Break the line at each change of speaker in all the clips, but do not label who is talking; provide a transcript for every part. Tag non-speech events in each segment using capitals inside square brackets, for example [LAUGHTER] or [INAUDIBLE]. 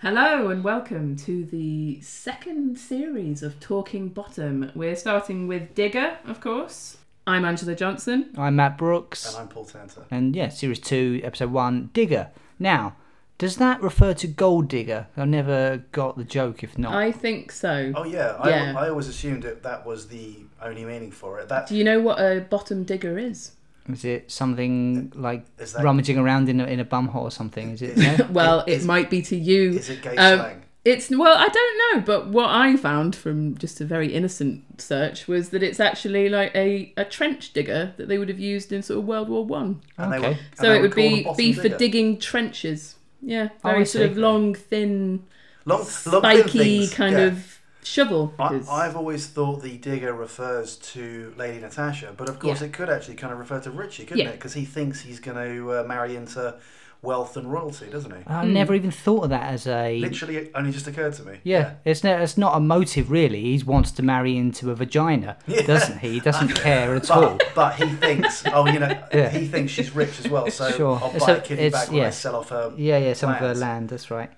Hello and welcome to the second series of Talking Bottom. We're starting with Digger, of course. I'm Angela Johnson.
I'm Matt Brooks.
And I'm Paul Tanter.
And yeah, series two, episode one, Digger. Now, does that refer to Gold Digger? I never got the joke if not.
I think so.
Oh yeah, I,
Yeah.
I always assumed that that was the only meaning for it. That
Do you know what a bottom digger is?
Is it something like
Uh, is that.
rummaging around in a, in a bum hole or something? Is it? [LAUGHS]
Is-
no?
Well, it
Is-
might be to you.
Is it gay
Um,
slang?
It's well, I don't know, but what I found from just a very innocent search was that it's actually like a, a trench digger that they would have used in sort of World War One.
And they
okay.
were- and
So
they
it
were
would
called a
be
bottom
be for
digger.
digging trenches. Yeah,
Oh,
very
I
sort
see.
of long, thin,
long, long thin
spiky
things,
kind
yeah.
of shovel.
I,
'cause-
I've always thought the digger refers to Lady Natasha, but of course
Yeah.
it could actually kind of refer to Richie, couldn't
Yeah.
it? Because he thinks he's going to uh, marry into wealth and royalty, doesn't he?
I never even thought of that as a.
Literally, it only just occurred to me.
Yeah, it's no, it's not a motive really. He wants to marry into a vagina,
[LAUGHS] Yeah.
doesn't he? He
[LAUGHS]
doesn't care at all.
But, but he thinks, oh,
[LAUGHS]
you know,
Yeah.
he thinks she's rich as well. So
Sure.
I'll buy
So
a kitty
it's-
back when I
yeah.
sell off her.
Yeah, yeah, some of
plans.
her land. That's right.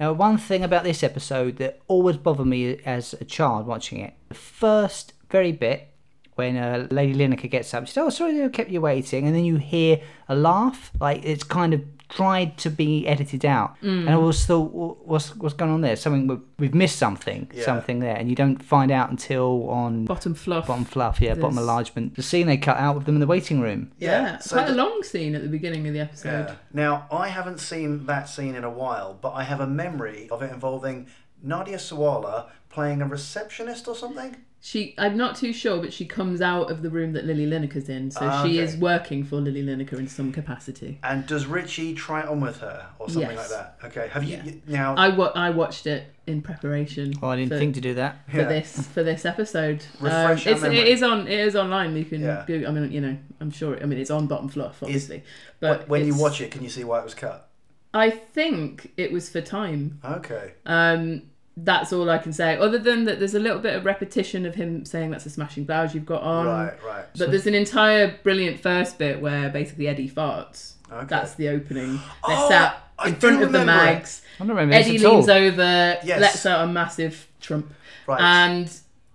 Now, one thing about this episode that always bothered me as a child watching it, the first very bit when uh, Lady Lineker gets up, she says, "Oh, sorry, I kept you waiting," and then you hear a laugh, like it's kind of tried to be edited out.
Mm.
And I always thought, "Wha- "What's what's going on there? Something we've, we've missed something,
Yeah.
something there," and you don't find out until on.
bottom fluff.
Bottom fluff, yeah, bottom
There's-
enlargement. The scene they cut out with them in the waiting room.
Yeah,
so
quite
the-
a long scene at the beginning of the episode.
Yeah. Uh, Now, I haven't seen that scene in a while, but I have a memory of it involving Nadia Sawala playing a receptionist or something.
She, I'm not too sure, but she comes out of the room that Lily Lineker's in, so
Ah,
she
okay.
is working for Lily Lineker in some capacity.
And does Richie try it on with her or something
Yes.
like that? Okay. Have you,
Yeah.
you now?
I, wa- I watched it in preparation.
Well, Oh, I didn't
for,
think to do that.
for
Yeah.
this for this episode. Um,
Refresh our
it's, it
memory.
is on. It is online. You can.
Yeah.
Google, I mean, you know, I'm sure. I mean, it's on Bottom Fluff, obviously. but
when you
it's-
watch it, can you see why it was cut?
I think it was for time.
Okay.
Um, that's all I can say. Other than that, there's a little bit of repetition of him saying that's a smashing blouse you've got on.
right. Right.
Um, But there's an entire brilliant first bit where basically Eddie farts.
Okay.
That's the
[GASPS]
opening. They're
Oh,
sat
I
in
do
front of the
remember it.
mags.
I don't remember
Eddie
this at all.
leans over,
Yes.
lets out a massive trump,
Right.
and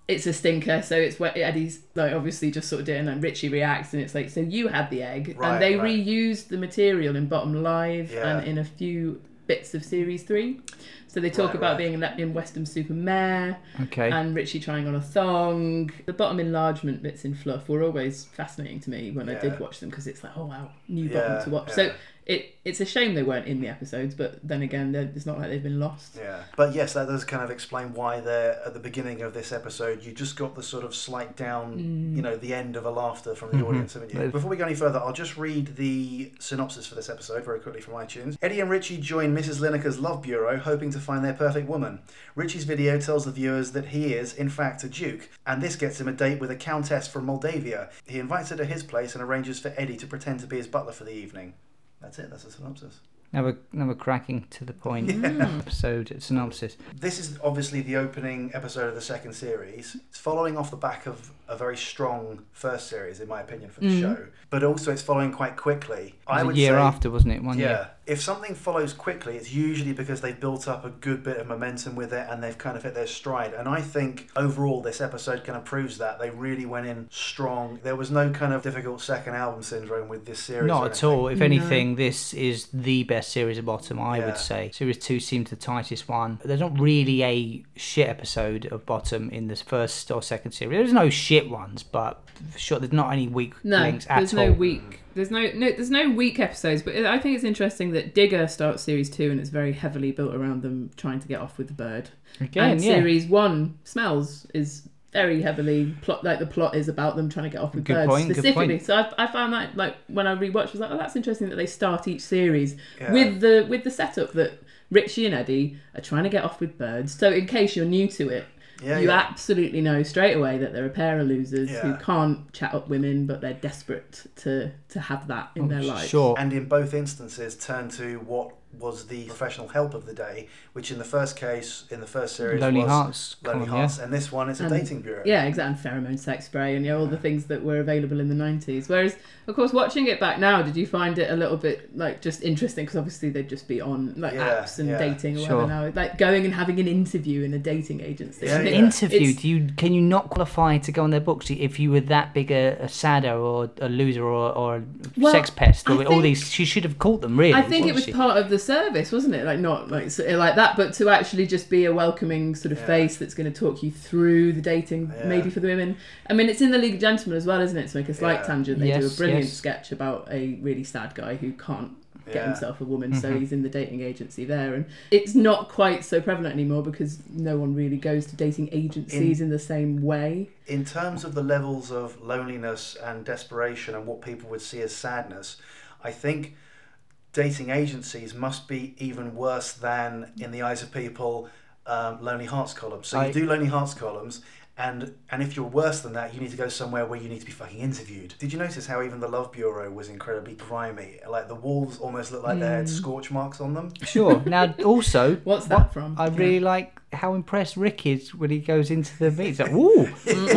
it's a stinker. So it's where Eddie's like obviously just sort of doing, and Richie reacts, and it's like, so you had the egg,
Right,
and they
right.
reused the material in Bottom Live
Yeah.
and in a few bits of series three. So they talk
Right,
about
right.
being let in Western Super Mare
Okay.
and Richie trying on a thong. The bottom enlargement bits in Fluff were always fascinating to me when I
Yeah.
did watch them because it's like, oh wow, new
Yeah,
bottom to watch.
yeah.
So it it's a shame they weren't in the episodes, but then again, they're- it's not like they've been lost.
Yeah, but yes, that does kind of explain why there at the beginning of this episode you just got the sort of slight down, you know, the end of a laughter from the audience, haven't you?
They've-
Before we go any further, I'll just read the synopsis for this episode very quickly from iTunes. Eddie and Richie join Mrs. Lineker's love bureau, hoping to find their perfect woman. Richie's video tells the viewers that he is, in fact, a duke, and this gets him a date with a countess from Moldavia. He invites her to his place and arranges for Eddie to pretend to be his butler for the evening. That's it. That's the synopsis.
Another, another cracking to the point
Mm.
episode synopsis.
This is obviously the opening episode of the second series. It's following off the back of a very strong first series, in my opinion, for the show. But also, it's following quite quickly.
Mm. It was
I
a
would
year
say,
after, wasn't it? One
yeah,
year.
if something follows quickly, it's usually because they've built up a good bit of momentum with it and they've kind of hit their stride. And I think overall, this episode kind of proves that they really went in strong. There was no kind of difficult second album syndrome with this series.
Not
or
at
anything.
all. If anything, this is the best series of Bottom, I
Yeah.
would say. Series 2 seems the tightest one. There's not really a shit episode of Bottom in this first or second series. There's no shit ones, but sure, there's not any weak
No,
links at
there's
all.
no weak. There's no, no there's no weak episodes, but I think it's interesting that Digger starts series two and it's very heavily built around them trying to get off with the bird.
Again,
and
yeah.
series one smells is very heavily plot like the plot is about them trying to get off with
Good
birds
point, good
specifically.
point.
So I, I found that like when I rewatched, I was like, oh, that's interesting that they start each series
Yeah.
with the with the setup that Richie and Eddie are trying to get off with birds. So in case you're new to it.
Yeah,
you
yeah.
absolutely know straight away that there are a pair of losers who
Yeah.
can't chat up women, but
Oh,
they're desperate to to have that in their life.
Sure.
and in both instances turn to what was the professional help of the day, which in the first case, in the first series,
Lonely
was
Hearts
Lonely
Column,
Hearts, and this one, it's a
And-
dating bureau.
Yeah, exactly. And pheromone sex spray and you know, all the things that were available in the 90s. Whereas, of course, watching it back now, did you find it a little bit like just interesting? Because obviously they'd just be on like
Yeah,
apps and
yeah.
dating or
Sure.
whatever now. Like going and having an interview in a dating agency. I
Yeah,
An
think
yeah.
interview?
it's-
Do you can you not qualify to go on their books if you were that big a, a sadder or a loser or, or a
Well,
sex pest?
I
Or all
think-
these she should have caught them really.
I think it
shouldn't
was
she?
part of the service, wasn't it? Like not like so, like that, but to actually just be a welcoming sort of
Yeah.
face that's going to talk you through the dating,
Yeah.
maybe for the women. I mean, it's in the League of Gentlemen as well, isn't it? To make a slight
Yeah.
tangent, they do a
Yes,
brilliant
yes.
sketch about a really sad guy who can't get
Yeah.
himself a woman,
Mm-hmm.
so he's in the dating agency there, and it's not quite so prevalent anymore because no one really goes to dating agencies in, the same way.
In terms of the levels of loneliness and desperation and what people would see as sadness, I think dating agencies must be even worse than, in the eyes of people, um, Lonely Hearts columns. So
I-
you do Lonely Hearts columns, and and if you're worse than that, you need to go somewhere where you need to be fucking interviewed. Did you notice how even the Love Bureau was incredibly grimy? Like the walls almost looked like they
Hmm.
had scorch marks on them.
Sure.
[LAUGHS]
Now, also,
What's
what-
that from?
I really like how impressed Rick is when he goes into the meet. He's like, "Ooh,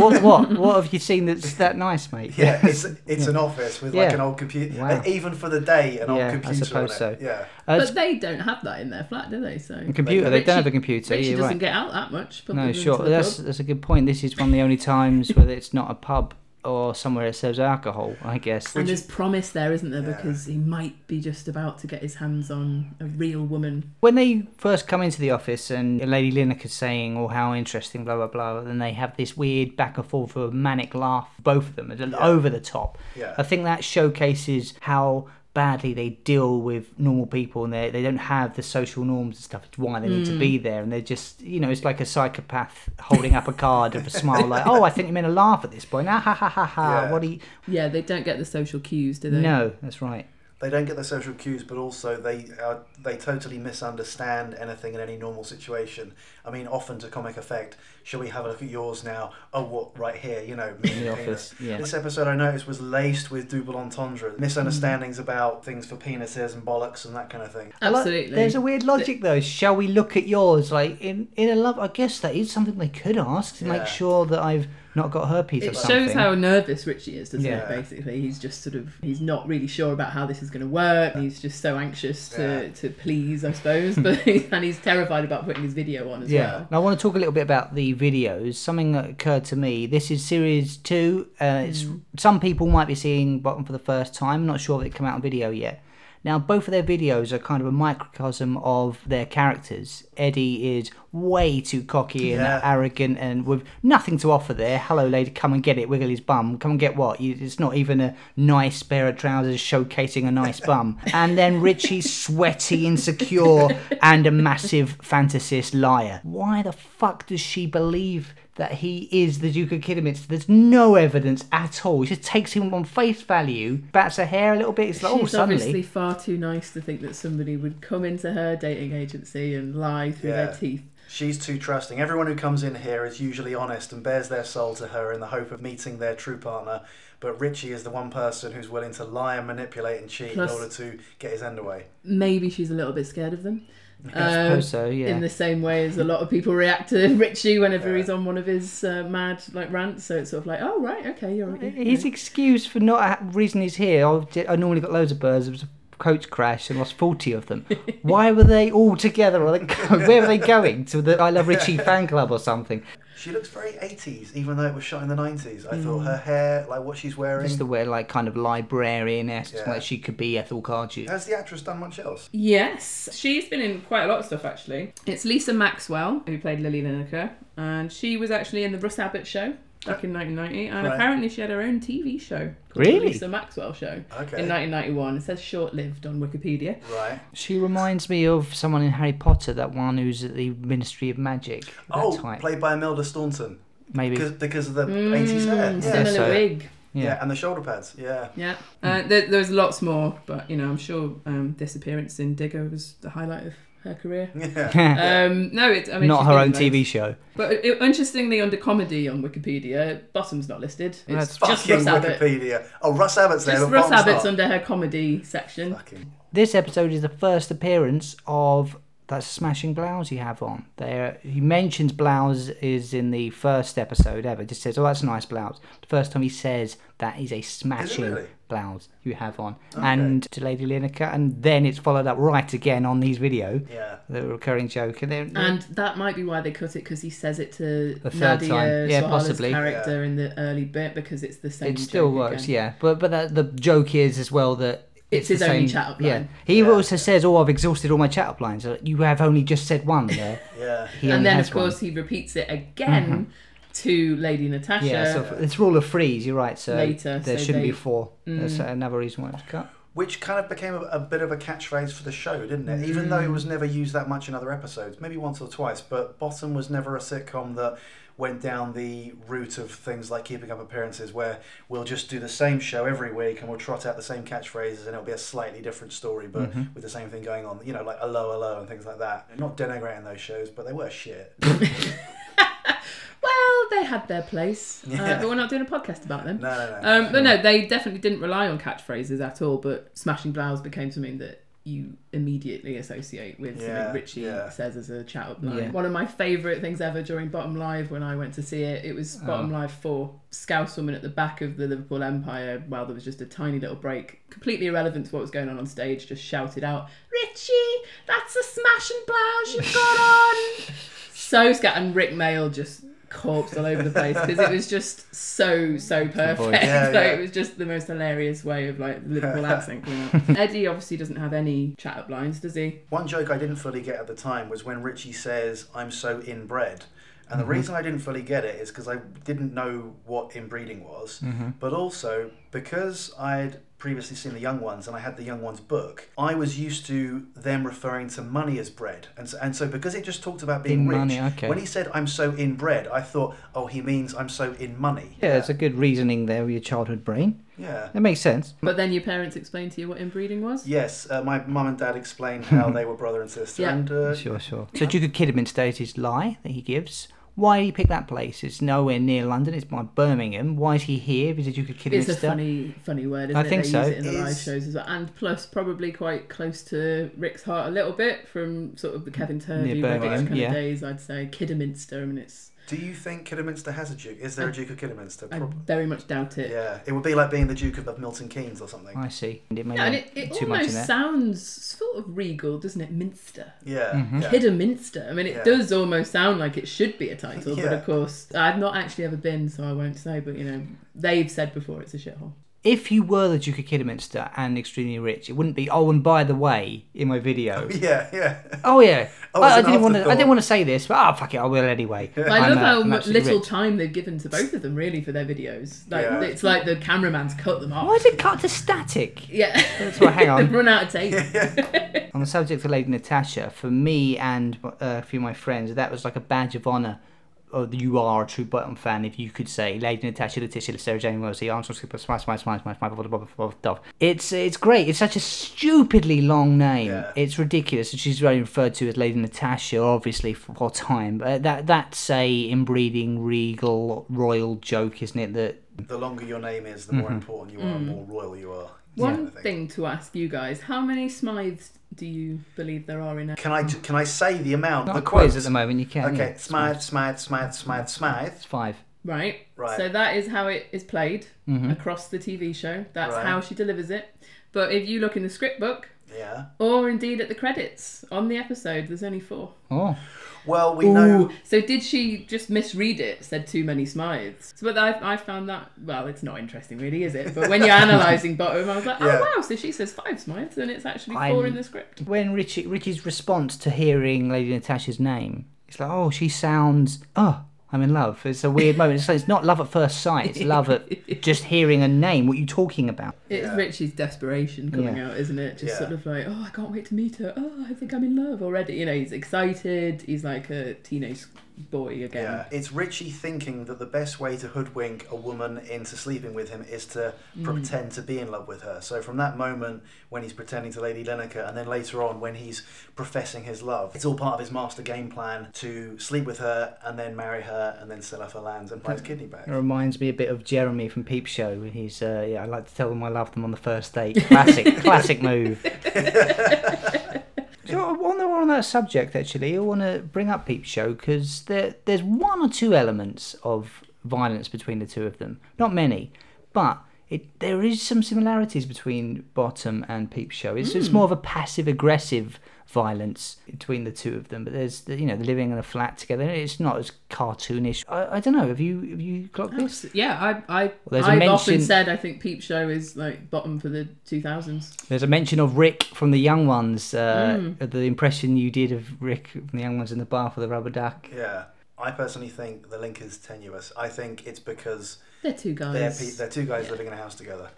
what, what, what have you seen that's that nice, mate?"
Yeah, it's it's an office with like
[LAUGHS] Yeah.
an old computer.
Wow.
and even for the day, an
Yeah, I
old computer.
suppose
on
so.
it. Yeah.
Uh, it's
but they don't have that in their flat, do they? So
a computer. They don't have a
Richie-
computer.
Richie
you're
doesn't
right.
get out that much. probably
No,
into
sure.
the
That's
pub.
that's a good point. This is one of the only times where it's not a pub or somewhere that serves alcohol. I guess.
and there's promise there, isn't there?
Yeah.
Because he might be just about to get his hands on a real woman.
When they first come into the office and Lady Lineker's saying, oh, how interesting, blah, blah, blah, then they have this weird back and forth of a manic laugh, both of them, and over the top.
Yeah.
I think that showcases how badly they deal with normal people and they, they don't have the social norms and stuff. It's why they need to be
Mm.
there. And they're just, you know, it's like a psychopath holding up a card of a smile like, oh, I think you meant to laugh at this point. Ah, ha, ha, ha, ha.
Yeah.
What do you...
Yeah, they don't get the social cues, do they?
No, that's right.
they don't get the social cues, but also they are, they totally misunderstand anything in any normal situation. I mean, often to comic effect. Shall we have a look at yours now? Oh, what right here? You know, me [LAUGHS]
In the
and
office,
penis.
yeah.
This episode I noticed was laced with double entendres, misunderstandings about things for penises and bollocks and that kind of thing.
I like-
absolutely.
uh, There's a weird logic though. Shall we look at yours? Like in in a love, I guess that is something they could ask to
Yeah.
make sure that I've not got herpes
it
or something.
shows how nervous Richie is, doesn't
Yeah.
it? Basically, he's just sort of he's not really sure about how this is going to work. He's just so anxious to,
Yeah.
to please, I suppose,
[LAUGHS]
but and he's terrified about putting his video on as
yeah.
well.
Now I want to talk a little bit about the videos. Something that occurred to me. This is series two. Uh, it's
Mm.
some people might be seeing Bottom for the first time. Not sure if it come out on video yet. Now both of their videos are kind of a microcosm of their characters. Eddie is way too cocky and
Yeah.
arrogant and with nothing to offer there. Hello, lady, come and get it. Wiggle his bum. Come and get what? You, it's not even a nice pair of trousers showcasing
[LAUGHS]
a nice bum. And then Richie's sweaty, insecure, and a massive fantasist liar. Why the fuck does she believe that he is the Duke of Kidderminster? There's no evidence at all. She just takes him on face value, bats her hair a little bit. It's like, oh,
She's obviously
suddenly.
far too nice to think that somebody would come into her dating agency and lie through
Yeah.
their teeth.
She's too trusting. Everyone who comes in here is usually honest and bears their soul to her in the hope of meeting their true partner. But Richie is the one person who's willing to lie and manipulate and cheat
Plus-
in order to get his end away.
Maybe she's a little bit scared of them.
I
Um,
suppose so, yeah.
in the same way as a lot of people react to [LAUGHS] Richie whenever
Yeah.
he's on one of his uh, mad like rants. So it's sort of like, oh right, okay, you're right.
His excuse for not ha- reason he's here. I, I normally got loads of birds. It was a coach crash and lost forty of
[LAUGHS]
them. Why were they all together? Are they go- [LAUGHS] where were they going to the I Love
[LAUGHS]
Richie fan club or something?
She looks very 80s, even though it was shot in the 90s. I thought her hair, like what she's wearing.
Just the way like kind of librarian-esque,
Yeah. Uh,
like she could be Ethel Cardew.
Has the actress done much else?
Yes, she's been in quite a lot of stuff actually. It's Lisa Maxwell who played Lily Lineker, and she was actually in the Russ Abbott show back in 1990, and
Right.
apparently she had her own TV show called
Really?
the Lisa Maxwell Show
Okay.
in 1991. It says short-lived on Wikipedia.
Right.
She reminds me of someone in Harry Potter, that one who's at the Ministry of Magic. That
Oh,
type.
played by Imelda Staunton.
maybe.
Because, because of the 80s hair.
Mm,
Yeah.
Still in
so-
a wig.
yeah.
Yeah.
and the shoulder pads. Yeah. [LAUGHS]
Yeah, uh, there, there was lots more, but you know, I'm sure um, this appearance in Digger was the highlight of her career.
Yeah.
Um, no, it, I mean,
not
she's
her
been
own
in loads.
TV show.
But it, interestingly, under comedy on Wikipedia, Bottom's not listed. It's
That's
just
Fucking
Russ Abbott.
Wikipedia. Oh, Russ Abbott's there.
Just
but
Russ
Bob's
Abbott's
not.
under her comedy section.
Fucking
This episode is the first appearance of that smashing blouse you have on. There, he mentions blouse is in the first episode ever. Just says, "Oh, that's a nice blouse." The first time he says that is a smashing
really?
blouse you have on, and to Lady Lineker, and then it's followed up right again on his video,
Yeah.
the recurring joke, and then
And that might be why they cut it because he says it to
The third
Nadia
time. Yeah,
Sohala's
possibly.
character in the early bit because it's the same.
it still
joke
works,
again.
yeah. But but that, the joke is as well that
It's his
the
only
same,
chat up
Yeah,
line.
he also says, "Oh, I've exhausted all my chat up lines." Uh, You have only just said one there.
Yeah.
He
[LAUGHS]
only
And then
has
of
one. Mm-hmm.
course he repeats it again to Lady Natasha.
yeah. So it's rule of threes. You're right. So
Later,
there
so
shouldn't be
they- Mm.
four. That's another reason why it's cut.
Which kind of became a, a bit of a catchphrase for the show, didn't it? Even though it was never used that much in other episodes, maybe once or twice, but Bottom was never a sitcom that went down the route of things like keeping up appearances where we'll just do the same show every week and we'll trot out the same catchphrases and it'll be a slightly different story but with the same thing going on, you know, like hello, hello and things like that. Not denigrating those shows, but they were shit.
Well, they had their place,
Yeah.
uh, but we're not doing a podcast about them.
No, no, no.
Um, but no, they definitely didn't rely on catchphrases at all. But smashing blouse became something that you immediately associate with
Yeah,
something Richie
yeah.
says as a chat up line.
Yeah.
One of my favourite things ever during Bottom Live when I went to see it, it was
Oh.
Bottom Live Four, Scouse woman at the back of the Liverpool Empire. While there was just a tiny little break, completely irrelevant to what was going on on stage, just shouted out, "Richie, that's a smashing blouse you've got
[LAUGHS]
on." so scat and Rick Mail just corpsed all over the place because it was just so so perfect. [LAUGHS]
Yeah,
so
yeah.
it was just the most hilarious way of like
[LAUGHS]
Liverpool accent coming out. Eddie obviously doesn't have any chat up lines, does he?
One joke I didn't fully get at the time was when Richie says, I'm so inbred. And
Mm-hmm.
the reason I didn't fully get it is because I didn't know what inbreeding was.
Mm-hmm.
But also, because I'd previously seen The Young Ones and I had The Young Ones book, I was used to them referring to money as bread. And so, and so because it just talked about being
In
rich,
money, okay.
when he said, I'm so inbred, I thought, oh, he means I'm so in money.
Yeah, it's a good reasoning there with your childhood brain.
Yeah.
That makes sense.
But then your parents explained to you what inbreeding was.
Yes, uh, my mum and dad
[LAUGHS]
explained how they were brother and sister.
Yeah.
And uh,
Sure, sure. So Duke of Kidderminster stated his lie that he gives. Why he picked that place? It's nowhere near London. It's by Birmingham. Why is he here? If he's a Duke of
It's
Kidderminster.
a funny, funny word, isn't
I
it?
think
they
so.
use it in the live
Is-
shows as well, and plus probably quite close to Rick's heart a little bit from sort of the Kevin Turvey, Redditch
Birmingham,
kind
yeah.
of days. I'd say Kidderminster. I mean, it's
do you think Kidderminster has a duke? Is there a Duke of Kidderminster?
I
Prob-
very much doubt it.
Yeah, it would be like being the Duke of, of Milton Keynes or something.
I see. And it may
Yeah, and
not
it, it
too much in
almost
there.
sounds sort of regal, doesn't it? Minster.
Yeah,
Mm-hmm.
yeah.
Kidderminster. I mean, it
Yeah.
does almost sound like it should be a title, but
Yeah.
of course, I've not actually ever been, so I won't say, but you know, they've said before it's a shithole.
if you were the Duke of Kidderminster and extremely rich, it wouldn't be. Oh, and by the way, in my video.
[LAUGHS] yeah, yeah.
Oh yeah.
Oh, it's
I, I
an
didn't want to. I
afterthought.
didn't want to say this, but ah, fuck it, [LAUGHS] I will anyway.
But I
I'm,
love
uh,
how
I'm
much
absolutely
little
rich.
time they've given to both of them, really, for their videos. Like,
Yeah.
it's like the cameraman's cut them off.
Why Oh, is it cut to static?
Yeah.
That's what- hang on.
They've [LAUGHS] run out of tape.
On the subject of Lady Natasha, for me and uh, a few of my friends, that was like a badge of honour. Oh, you are a true Button fan if you could say Lady Natasha, Letitia, Sarah Jane Wellesley, Armstrong, Skipper, Smash, Smash, Smash, Smash, Smash, Smash, Smash, Smash, It's it's great. It's such a stupidly long name.
Yeah.
It's ridiculous. And She's only referred to as Lady Natasha, obviously for what time? But that that's a inbreeding regal royal joke, isn't it? That
The longer your name is, the
Mm-hmm.
more important you are, the more royal you are.
Mm. One
Kind of
thing to ask you guys how many Smythes do you believe there are in a.
Can I do- can I say the amount?
not
the
a quiz Mm. at
quotes?
the moment. You can.
Okay,
yeah.
Smythe, Smythe, Smythe, Smythe, Smythe.
It's five.
Right.
Right.
So that is how it is played across the TV show. That's
Right.
how she delivers it. But if you look in the script book,
Yeah.
or indeed at the credits on the episode, there's only four.
Oh,
Well, we know.
So did she just misread it? Said too many Smythes. So, but I, I found that well, it's not interesting really, is it? But when
[LAUGHS]
you're analysing bottom, I was like,
Yeah.
oh wow, so she says five Smythes, and it's actually 4
I'm-
in the script.
when Richie Richie's response to hearing Lady Natasha's name, it's like, oh, she sounds, oh, I'm in love. It's a weird moment. It's, like, it's not love at first sight. It's love at just hearing a name. What are you talking about?
It's
Yeah.
Richie's desperation coming
Yeah.
out, isn't it? Just
Yeah.
sort of like, oh, I can't wait to meet her. Oh, I think I'm in love already. You know, he's excited. He's like a teenage boy again.
Yeah, it's Richie thinking that the best way to hoodwink a woman into sleeping with him is to pretend to be in love with her. So from that moment when he's pretending to Lady Lenica, and then later on when he's professing his love, it's all part of his master game plan to sleep with her and then marry her and then sell off her lands and buy his kidney back.
It reminds me a bit of Jeremy from Peep Show. He's uh, yeah, I like to tell them I love them on the first date. Classic, classic move. So on the on that subject, actually, I want to bring up Peep Show because there there's one or two elements of violence between the two of them. Not many, but it there is some similarities between Bottom and Peep Show. It's it's more of a passive aggressive violence between the two of them but there's the, you know they're living in a flat together it's not as cartoonish i, I don't know have you have you clocked this
Abs- Yeah, I, I
there's a
I've
mention-
often said I think Peep Show is like bottom for the 2000s.
There's a mention of Rick from the Young Ones. Uh, The impression you did of Rick from the Young Ones in the bar for the rubber duck.
Yeah. I personally think the link is tenuous. I think it's because
They're two
they're,
guys.
pe- they're um, two guys living in a house together.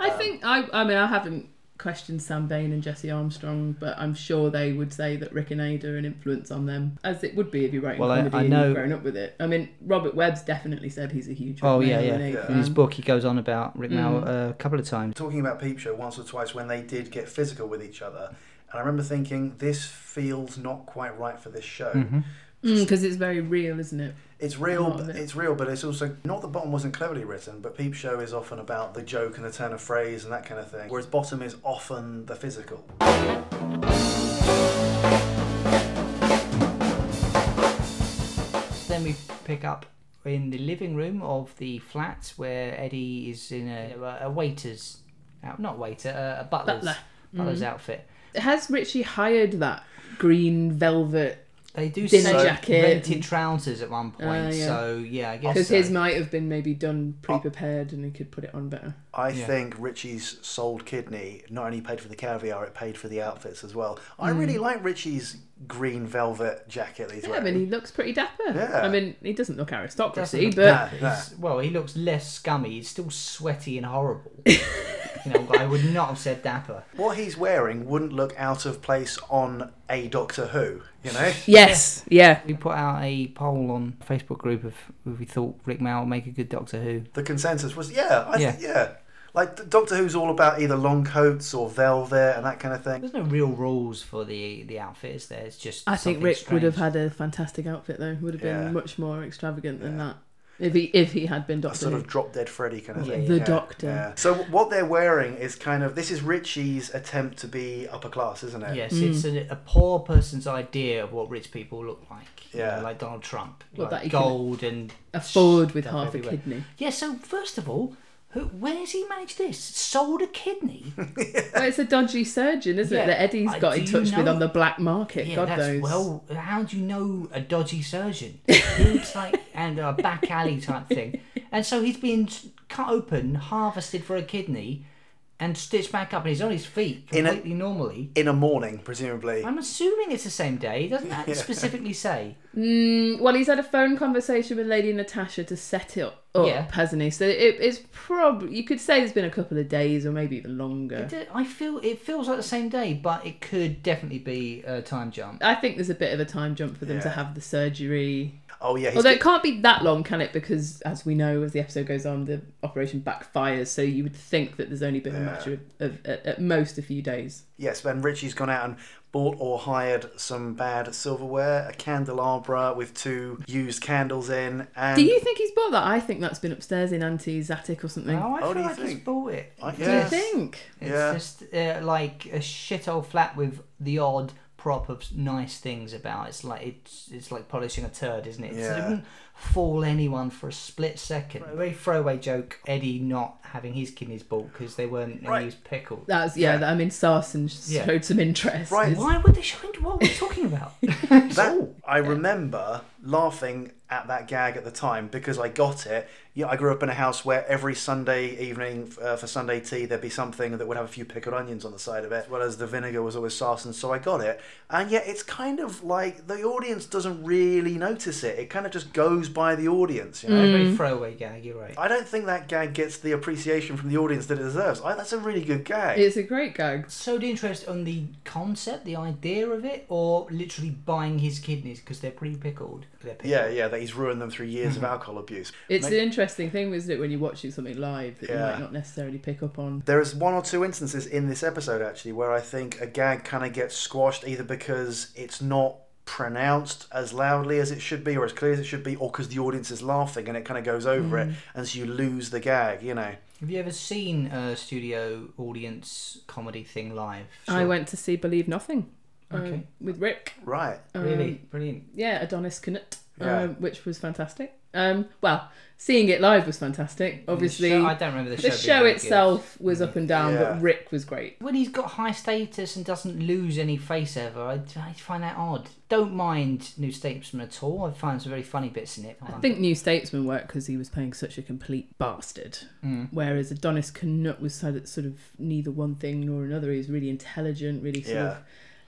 I think I I mean I haven't questioned Sam Bain and Jesse Armstrong, but I'm sure they would say that Rick and Ada are an influence on them, as it would be if you're writing
Well, I-
comedy
I
and
know-
you've grown up with it. I mean, Robert Webb's definitely said he's a huge.
Oh,
Rick
yeah,
Mail
yeah.
and Ada
Yeah.
In his
fan.
book, he goes on about Rick now
mm.
uh, a couple of times.
talking about Peep Show once or twice when they did get physical with each other, and I remember thinking this feels not quite right for this show.
because Mm, it's very real, isn't it?
It's
A
real,
lot of it.
it's real, but it's also not the bottom wasn't cleverly written. But Peep Show is often about the joke and the turn of phrase and that kind of thing, whereas bottom is often the physical.
Then we pick up in the living room of the flat where Eddie is in a, a waiter's, out- not waiter, uh, a butler's,
Butler. Mm.
butler's outfit.
Has Richie hired that green velvet?
They do
Dinner
say
jacket.
rented trousers at one point.
Uh, yeah.
So yeah, I guess
Because
so.
his might have been maybe done pre-prepared, and he could put it on better.
I
Yeah.
think Richie's sold kidney not only paid for the caviar, it paid for the outfits as well. I really like Richie's green velvet jacket. That he's
Mm. Yeah, I
wearing.
mean, he looks pretty dapper.
Yeah.
I mean, he doesn't look aristocracy,
Doesn't
but
Nah, nah.
He's- Well, he looks less scummy. He's still sweaty
[LAUGHS]
and horrible. you know, I would not have said dapper.
What he's wearing wouldn't look out of place on a Doctor Who, you know?
yes, yeah.
We put out a poll on a Facebook group of if we thought Rick Mail would make a good Doctor Who.
the consensus was yeah, I
Yeah.
yeah. yeah. Like th- Doctor Who's all about either long coats or velvet and that kind of thing.
There's no real rules for the the outfit, is there? It's just
I think
something
Rick would have
strange.
had a fantastic outfit though. Would have been
Yeah.
much more extravagant than that if he if he had been
A
Doctor.
sort
Who.
of drop dead Freddy kind of
Yeah,
thing.
The Doctor.
So what they're wearing is kind of this is Richie's attempt to be upper class, isn't it?
Yes, it's
Mm.
a, a poor person's idea of what rich people look like. you know,
Yeah.
like Donald Trump,
Well, that
like
he can
gold and
afford with
stuff
half
everywhere.
a kidney.
Yeah. So first of all, who, where's he managed this? Sold
[LAUGHS]
a kidney.
Well, it's a dodgy surgeon, isn't
Yeah.
it? That Eddie's
I-
got
do
in
you
touch with
know-
on the black market.
Yeah,
God
that's
knows.
well. How do you know a dodgy
[LAUGHS]
surgeon? It's like and a back alley type thing. And so he's been cut open, harvested for a kidney, and stitched back up, and he's on his feet
In a-
completely normally.
In a morning, presumably.
I'm assuming it's the same day. He
[LAUGHS]
doesn't that specifically say.
Mm, well, he's had a phone conversation with Lady Natasha to set it up,
Yeah.
hasn't he? So it, it's probably you could say there's been a couple of days or maybe even longer.
I feel it feels like the same day, but it could definitely be a time jump.
I think there's a bit of a time jump for them to
Yeah.
have the surgery.
Oh yeah, he's
Although it can't be that long, can it? Because as we know, as the episode goes on, the operation backfires. So you would think that there's only been a matter of, of at, at most a few days.
yes, and Richie's gone out and bought or hired some bad silverware, a candelabra with two used candles in, and
Do you think he's bought that? I think that's been upstairs in Auntie's attic or something.
Oh, I
Oh, do
feel
you
like he's
think?
bought it.
I-
Do
yes.
you think?
It's
Yeah.
just uh, like a shit old flat with the odd prop of nice things about. It's like it's it's like polishing a turd, isn't it? It's- It
Yeah.
wouldn't fool anyone for a split second. A very throwaway joke. Eddie not having his kidneys bought because they weren't and he
Right.
was pickled.
That's yeah. That, I mean, Sarson
Yeah.
showed some interest.
Right.
Why would they show it? What are we talking about? It's
That,
all-
I remember laughing at that gag at the time because I got it. Yeah, I grew up in a house where every Sunday evening uh, for Sunday tea there'd be something that would have a few pickled onions on the side of it, as well as the vinegar was always sarsen. So I got it, and yet it's kind of like the audience doesn't really notice it. It kind of just goes by the audience, you know.
a very throwaway gag. You're right.
I don't think that gag gets the appreciation from the audience that it deserves. I, that's a really good gag.
It's a great gag.
So the interest on the concept, the idea of it, or literally buying his kidneys because they're pre-pickled. they're picking
Yeah, yeah, that he's ruined them through years
Mm-hmm.
of alcohol abuse.
It's
Make-
an interesting thing, isn't it, when you're watching something live that you
Yeah.
might not necessarily pick up on.
There is one or two instances in this episode actually where I think a gag kind of gets squashed either because it's not pronounced as loudly as it should be or as clear as it should be or because the audience is laughing and it kind of goes over it and so you lose the gag, you know.
Have you ever seen a studio audience comedy thing live?
I went to see Believe Nothing um,
Okay.
with Rick.
Right.
really
Um,
brilliant.
yeah, Adonis Knut,
Yeah.
um, which was fantastic. Um, well, seeing it live was fantastic. Obviously,
Mm, the show, I don't remember the
the
show.
show,
being very good.
itself was up and down,
Yeah.
but Rick was great.
When he's got high status and doesn't lose any face ever, I, I find that odd. Don't mind New Statesman at all. I find some very funny bits in it.
I think New Statesman worked because he was playing such a complete bastard,
Mm.
whereas Adonis Knut was sort of- sort of neither one thing nor another. He was really intelligent, really sort
Yeah.
of.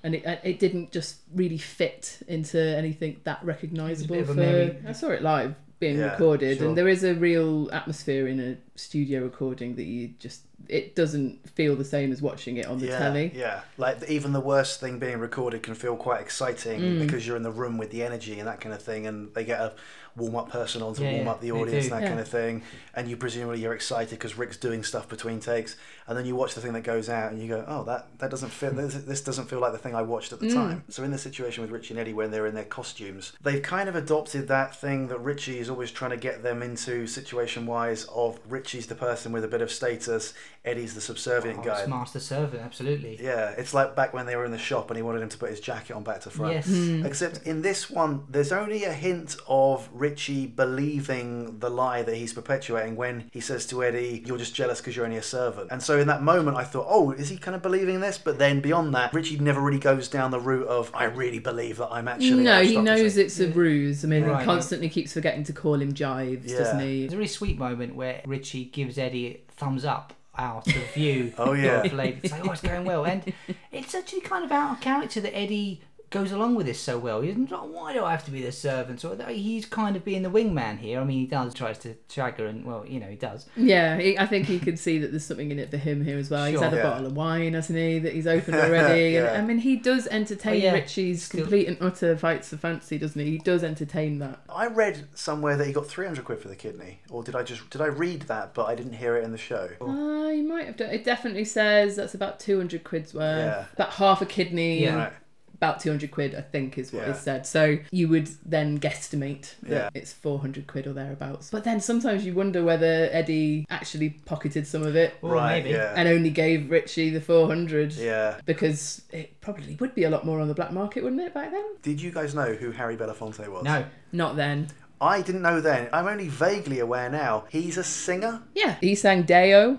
And it, and it didn't just really fit into anything that
It
recognisable.
was a
For
bit of a
I saw it live being
Yeah,
recorded,
sure.
and there is a real atmosphere in a studio recording that you just it doesn't feel the same as watching it on the
yeah,
telly.
Yeah. Like even the worst thing being recorded can feel quite exciting because you're in the room with the energy and that kind of thing and they get a warm up person on to
Yeah,
warm
yeah,
up the
they
audience
do.
and that
Yeah.
kind of thing and you presumably you're excited because Rick's doing stuff between takes and then you watch the thing that goes out and you go oh that that doesn't fit this, this doesn't feel like the thing I watched at the time. So in the situation with Richie and Eddie when they're in their costumes they've kind of adopted that thing that Richie is always trying to get them into situation wise of Richie's the person with a bit of status Eddie's the subservient
Oh,
guy
it's Master Servant, absolutely.
yeah, it's like back when they were in the shop and he wanted him to put his jacket on back to front.
Yes.
Hmm. Mm.
Except in this one, there's only a hint of Richie believing the lie that he's perpetuating when he says to Eddie, You're just jealous because you're only a servant. And so in that moment, I thought, Oh, is he kind of believing this? But then beyond that, Richie never really goes down the route of, I really believe that I'm actually.
No, he
aristocracy."
knows it's a ruse. I mean,
Right.
he constantly keeps forgetting to call him Jives,
Yeah.
doesn't he?
There's a really sweet moment where Richie gives Eddie a thumbs up out
[LAUGHS]
of view.
Oh, yeah.
Of Lady. It's like, oh, it's going well. And it's actually kind of out of character that Eddie goes along with this so well. He's not, why do I have to be the servant? Or he's kind of being the wingman here. I mean, he does, tries to shag her, and well, you know, he does.
Yeah, he, I think he could see that there's something in it for him here as well. he's
Sure.
had a
Yeah.
bottle of wine, hasn't he? That he's
[LAUGHS]
opened already.
Yeah.
And I mean, he does entertain
Oh, yeah.
Richie's
Still-
complete and utter fights of fancy, doesn't he? He does entertain that.
I read somewhere that he got 300 quid for the kidney. Or did I just. Did I read that, but I didn't hear it in the show?
Uh, you might have done. It definitely says that's about 200 quid's worth.
Yeah.
About half a kidney.
Yeah.
and
Right.
About 200 quid, I think, is what
Yeah.
it said. So you would then guesstimate that
Yeah.
it's 400 quid or thereabouts. But then sometimes you wonder whether Eddie actually pocketed some of it
Or
right,
maybe.
yeah.
and only gave Richie the 400.
yeah.
because it probably would be a lot more on the black market, wouldn't it, back then?
Did you guys know who Harry Belafonte was?
No.
Not then.
I didn't know then. I'm only vaguely aware now. He's a singer.
Yeah, he sang Deo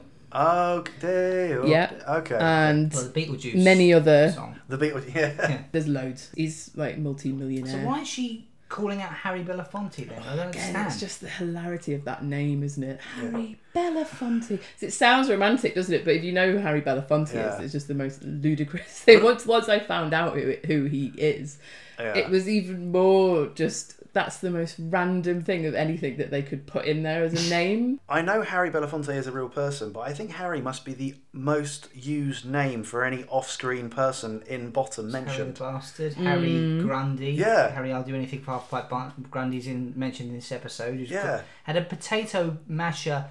Okay.
Yeah. Uh,
Okay.
and
Well, the Beetlejuice
many other.
song.
the Beatles. [LAUGHS] Yeah.
There's loads. He's like multi-millionaire.
So why is she calling out Harry Belafonte then? I
Again,
don't understand.
it's just the hilarity of that name, isn't it? Harry Belafonte. 'Cause It sounds romantic, doesn't it? But if you know who Harry Belafonte
Yeah.
is, it's just the most ludicrous [LAUGHS] thing. Once once I found out who, who he is,
Yeah.
it was even more just that's the most random thing of anything that they could put in there as a name.
I know Harry Belafonte is a real person, but I think Harry must be the most used name for any off-screen person in Bottom
Harry
mentioned.
the Bastard, Harry Grundy.
Yeah.
Harry, I'll do anything for half pipe. Bar- Grundy's in mentioned in this episode. who's
Yeah.
got- Had a potato masher.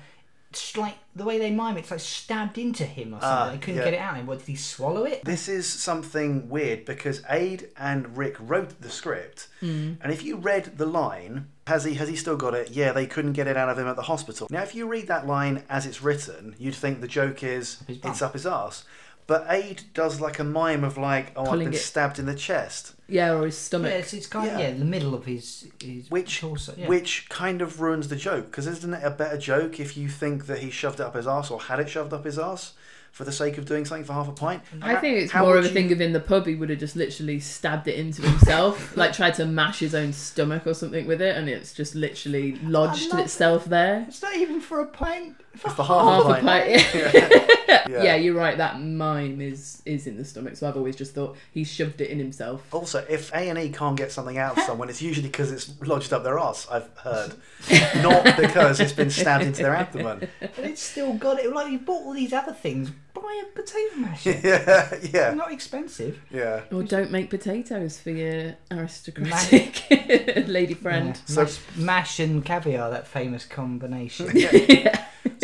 It's like the way they mime it, it's like stabbed into him or something. they couldn't
Ah, yeah.
get it out. And what did he swallow it?
This is something weird because Aid and Rick wrote the script,
Mm.
and if you read the line, has he has he still got it? Yeah, they couldn't get it out of him at the hospital. Now, if you read that line as it's written, you'd think the joke is
his bum.
it's up his ass. But Aid does like a mime of like, oh, I've
Pulling
been
it.
stabbed in the chest,
Yeah, or his
Yeah,
stomach.
it's, it's kind of
Yeah.
yeah, the middle of his his
which
torso. Yeah.
which kind of ruins the joke because isn't it a better joke if you think that he shoved it up his ass or had it shoved up his ass for the sake of doing something for half a pint?
I
How-
think it's
how
more
would
of a
you-
thing of in the pub he would have just literally stabbed it into
[LAUGHS]
himself, like tried to mash his own stomach or something with it, and it's just literally lodged
love
itself there.
it's not even for a pint. For
[LAUGHS] for half,
Half
a pint.
a pint. [LAUGHS] Yeah.
Oh [LAUGHS] Yeah.
you're right. That mime is is in the stomach. So I've always just thought he shoved it in himself.
So if A and E can't get something out of someone, it's usually because it's lodged up their ass. I've heard, not because it's been stabbed into their abdomen.
But it's still got it. Like you bought all these other things. Buy a potato masher.
Yeah,
They're
yeah,
not expensive.
yeah.
Or don't make potatoes for your aristocratic [LAUGHS] lady friend.
Yeah, mash, mash and caviar, that famous combination.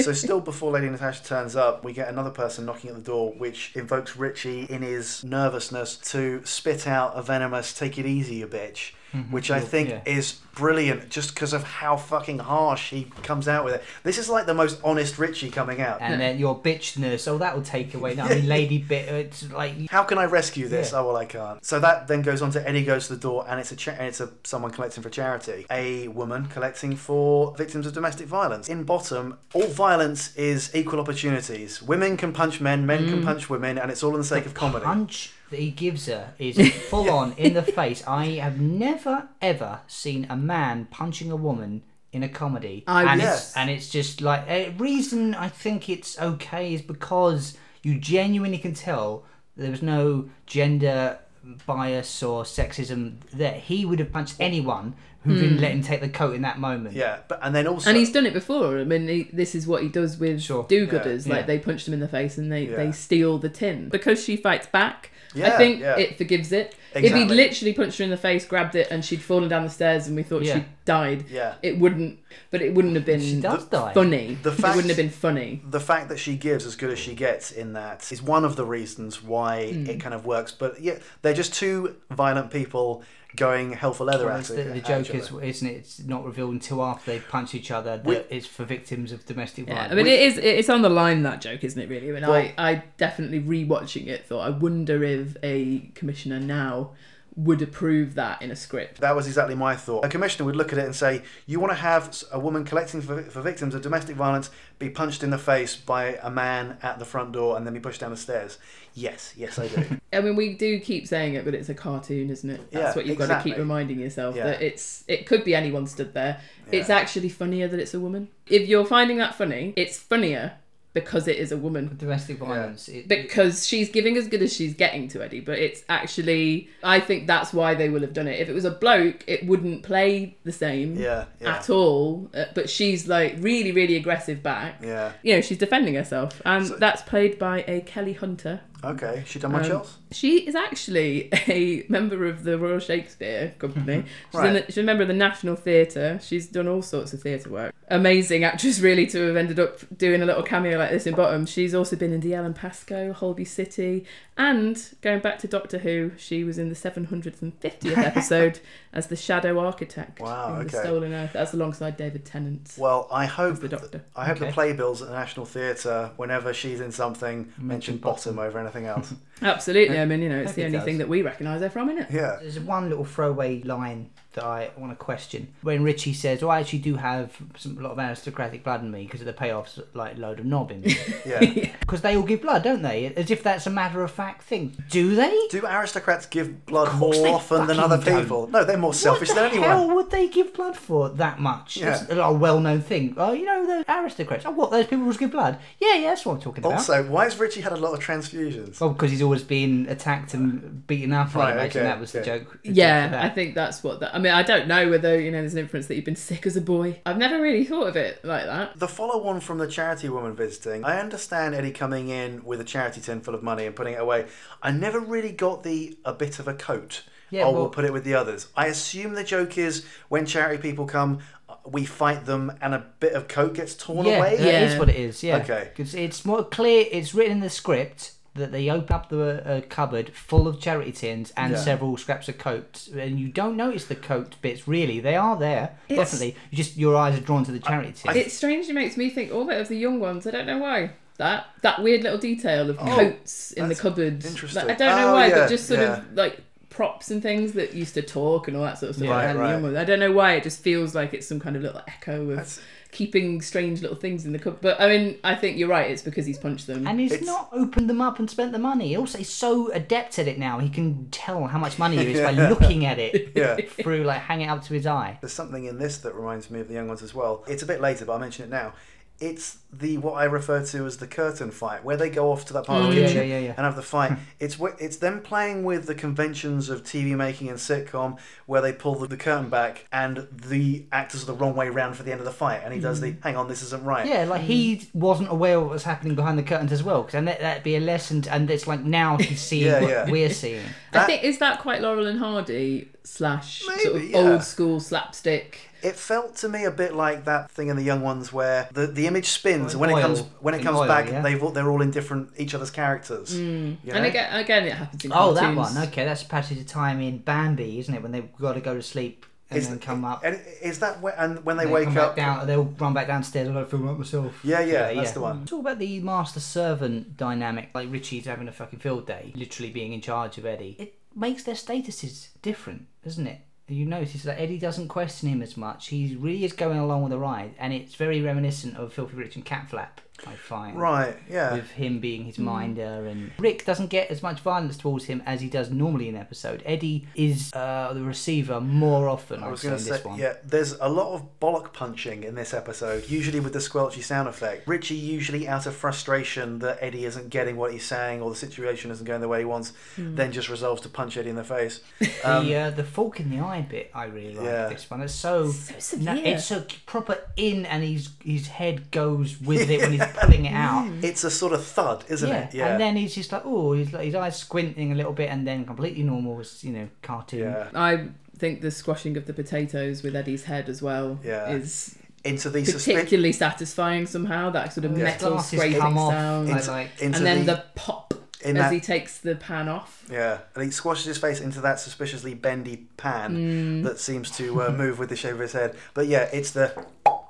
So still before Lady Natasha turns up, we get another person knocking at the door, which invokes Richie in his nervousness to spit out a venomous "Take it easy, you bitch," which I think
yeah.
is brilliant, just because of how fucking harsh he comes out with it. This is like the most honest Richie coming out.
and then your bitch nurse. Oh, that will take away. No, I
[LAUGHS]
mean, lady bit. It's like
How can I rescue this?
Yeah.
Oh well, I can't. So that then goes on to Eddie goes to the door, and it's a cha- and it's a someone collecting for charity, a woman collecting for victims of domestic violence. In bottom, all violence is equal opportunities. Women can punch men, men can punch women, and it's all in the sake of comedy.
punch that he gives her
[LAUGHS]
is full on in the face. I have never ever seen a man punching a woman in a comedy,
I-
and
Yes.
it's and it's just like a reason I think it's okay is because you genuinely can tell there was no gender bias or sexism there. He would have punched anyone who didn't let him take the coat in that moment.
Hmm. Yeah, but and then also
And he's done it before. I mean, he, this is what he does with
Sure.
do-gooders.
Yeah,
like
yeah.
they punch them in the face and they,
Yeah.
they steal the tin because she fights back.
Yeah,
I think
yeah.
it forgives it. If he'd
Exactly.
literally punched her in the face, grabbed it, and she'd fallen down the stairs, and we thought
Yeah.
she died,
Yeah.
it wouldn't. But it wouldn't have been
She does die.
funny.
The fact-
it wouldn't have been funny.
the fact that she gives as good as she gets in that is one of the reasons why it kind of works. But yeah, they're just two violent people going hell for leather
Well,
at
it's the,
it-
the
at
joke
each
is,
other.
isn't it? It's not revealed until after they punch each other that
We-
it's for victims of domestic
Yeah,
violence.
I mean, it is. It's on the line that joke, isn't it? Really, and
Well-
I, I definitely rewatching it thought I wonder if a commissioner now would approve that in a script.
That was exactly my thought. A commissioner would look at it and say, "You want to have a woman collecting for, for victims of domestic violence be punched in the face by a man at the front door and then be pushed down the stairs?" Yes, yes,
[LAUGHS]
I do.
I mean, we do keep saying it, but it's a cartoon, isn't it? That's
Yeah,
what you've got to
exactly.
keep reminding yourself
Yeah.
that it's it could be anyone stood there. It's
Yeah.
actually funnier that it's a woman. If you're finding that funny, it's funnier because it is a woman.
domestic violence. It, it-
Because she's giving as good as she's getting to Eddie, but it's actually I think that's why they will have done it. If it was a bloke, it wouldn't play the same
Yeah, yeah.
at all. Uh, But she's like really, really aggressive back.
yeah.
You know, she's defending herself, and that's played by a Kelly Hunter.
Okay. She done much
Um,
else?
She is actually a member of the Royal Shakespeare Company. She's, in
Mm-hmm. Right.
the, she's a member of the National Theatre. She's done all sorts of theatre work. Amazing actress, really, to have ended up doing a little cameo like this in Bottom. She's also been in The Ellen Pascoe, Holby City, and going back to Doctor Who, she was in the
[LAUGHS]
750th episode as the Shadow Architect
Wow,
in
okay.
The Stolen Earth. That's alongside David Tennant.
Well, I hope
the
th-
doctor.
I hope the
Okay.
playbills at the National Theatre, whenever she's in something, mention bottom over anything
[LAUGHS]
else.
Absolutely. I mean, you know, it's the
it
only
does.
thing that we recognise her from, isn't it?
yeah.
There's one little throwaway line that I want to question when Richie says, "Well, I actually do have some, a lot of aristocratic blood in me because of the payoffs, like load of knob in [LAUGHS] me."
Yeah.
Because they all give blood, don't they? As if that's a matter of fact thing. Do they?
Do aristocrats give blood
course
more
they
often than
fucking
other
don't.
people? No, they're more selfish
what the
than anyone.
hell would they give blood for that much?
Yeah.
That's a well-known thing. Oh, you know the aristocrats. Oh, what those people just give blood? Yeah, yeah, that's what I'm talking about.
Also, why has Richie had a lot of transfusions?
Oh, because he's always been attacked and beaten up.
Right,
I imagine
okay,
that was the
okay.
joke. the joke for
Yeah,
that.
I think that's what that. I mean, I don't know whether you know there's an inference that you've been sick as a boy. I've never really thought of it like that.
The follow on from the charity woman visiting, I understand Eddie coming in with a charity tin full of money and putting it away. I never really got the a bit of a coat.
Yeah,
oh,
well-
we'll put it with the others. I assume the joke is when charity people come, uh, we fight them and a bit of coat gets torn
yeah,
away.
that
Yeah.
is what it is. Yeah.
Okay.
'Cause it's more clear. It's written in the script that they open up the uh, cupboard full of charity tins and
Yeah.
several scraps of coat, and you don't notice the coat bits really. They are there,
It's-
definitely. You just your eyes are drawn to the charity tin.
It strangely makes me think all of the young ones. I don't know why. That that weird little detail of coats in the
Oh, that's
cupboard.
interesting.
Like, I don't know
Oh,
why,
yeah,
but just sort
yeah.
of like props and things that used to talk and all that sort of stuff.
Yeah.
like
Right,
that in the
right.
young ones. I don't know why. It just feels like it's some kind of little echo of
That's-
keeping strange little things in the cupboard. But I mean, I think you're right. It's because he's punched them.
and he's
It's-
not opened them up and spent the money. He Also, he's so adept at it now. He can tell how much money there
[LAUGHS]
is by looking at it
Yeah.
through, like, hanging it up to his eye.
There's something in this that reminds me of the young ones as well. It's a bit later, but I'll mention it now. It's the what I refer to as the curtain fight, where they go off to that part of
Oh,
the
yeah,
kitchen
yeah, yeah, yeah.
and have
[LAUGHS]
the fight. it's wh- it's them playing with the conventions of TV making and sitcom, where they pull the, the curtain back and the actors are the wrong way round for the end of the fight, and he does the hang on, this isn't right.
Mm-hmm. Yeah, like he
Mm.
wasn't aware of what was happening behind the curtains as well, because that that'd be a lesson. And it's like now he's
[LAUGHS]
seeing
Yeah,
what
yeah.
we're
[LAUGHS]
seeing.
That-
I think is that quite Laurel and Hardy slash sort
Maybe,
of
yeah.
old school slapstick.
It felt to me a bit like that thing in the young ones where the, the image spins and when
Oil.
it comes when it
In
comes
oil,
back
yeah. Mm.
they've all, they're all in different each other's characters. you
And
know?
again, again, it happens in
Oh,
cartoons.
that one. Okay, that's passage of time in Bambi, isn't it? When they've got to go to sleep and
Is
then
th-
come up.
and is that where, and when they,
They
wake
come
up
back down. They'll run back downstairs. I don't feel like myself.
Yeah, yeah, that's the one.
Talk about the master servant dynamic. Like Richie's having a fucking field day, literally being in charge of Eddie. It makes their statuses different, doesn't it? You notice that Eddie doesn't question him as much. He really is going along with the ride, and it's very reminiscent of Filthy Rich and Catflap. I find
Right, yeah.
with him being his minder and Rick doesn't get as much violence towards him as he does normally in episode. Eddie is uh, the receiver more often.
I was
going
going
to
to say,
this one.
yeah, there's a lot of bollock punching in this episode, usually with the squelchy sound effect. Richie, usually out of frustration that Eddie isn't getting what he's saying or the situation isn't going the way he wants,
Hmm.
then just resolves to punch Eddie in
[LAUGHS]
the face. Um,
the uh, the fork in the eye bit, I really like
Yeah.
this one. It's so,
So severe.
it's so proper in, and his his head goes with it when he's pulling it out.
It's a sort of thud, [LAUGHS] isn't
Yeah.
it? Yeah.
and then he's just like, oh, he's like, his eyes squinting a little bit, and then completely normal, as, you know, cartoon.
yeah.
I think the squashing of the potatoes with Eddie's head as well
Yeah.
is
Into the suspension.
particularly satisfying somehow. That sort of
His
metal
glasses
scraping
come off,
sound,
like-
Into,
like-
into
and then the, pop
in
as
that-
he takes the pan off.
Yeah, and he squashes his face into that suspiciously bendy pan that seems to uh, move with the shape of his head. But yeah, it's the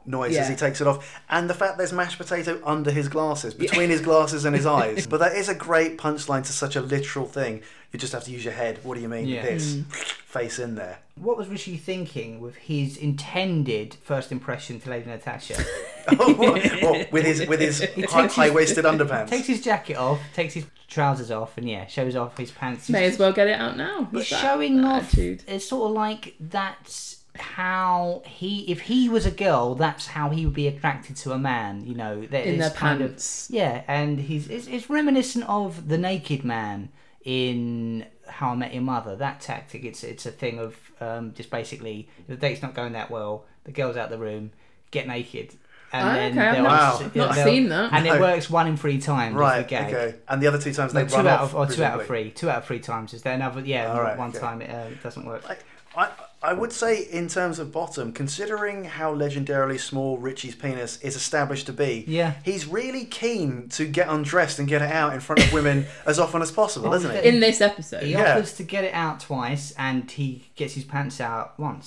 noise as
Yeah.
he takes it off, and the fact there's mashed potato under his glasses, between his glasses and his eyes. But that is a great punchline to such a literal thing. You just have to use your head. What do you mean?
Yeah.
This face in there. [LAUGHS]
What was Rishi thinking with his intended first impression to Lady Natasha?
[LAUGHS] well, with his with his high,
his-
high-waisted underpants.
takes his jacket off, takes his trousers off, and yeah, shows off his pants.
May as well get it out now.
He's
What's that
showing off.
attitude?
It's sort of like that's how he, if he was a girl, that's how he would be attracted to a man. You know, that
in
is
their
kind of-
pants.
yeah, and he's it's, it's reminiscent of the naked man in How I Met Your Mother. That tactic. It's it's a thing of um, just basically if the date's not going that well. The girl's out the room, get naked. And
Oh,
then
okay, I've
they'll-
not-
they'll-
not
they'll-
seen that.
And
No.
it works one in three times. is the
Right.
gag.
Okay. And the other two times
No,
they
two
run
out
off.
of or two out
presumably.
of three. Two out of three times is there another? Yeah,
All right,
one
okay.
time it uh, doesn't work.
I, I, I would say, in terms of bottom, considering how legendarily small Richie's penis is established to be,
Yeah.
he's really keen to get undressed and get it out in front
[LAUGHS]
of women as often as possible, isn't it?
In this episode,
He
Yeah.
offers to get it out twice, and he gets his pants out
[LAUGHS]
once.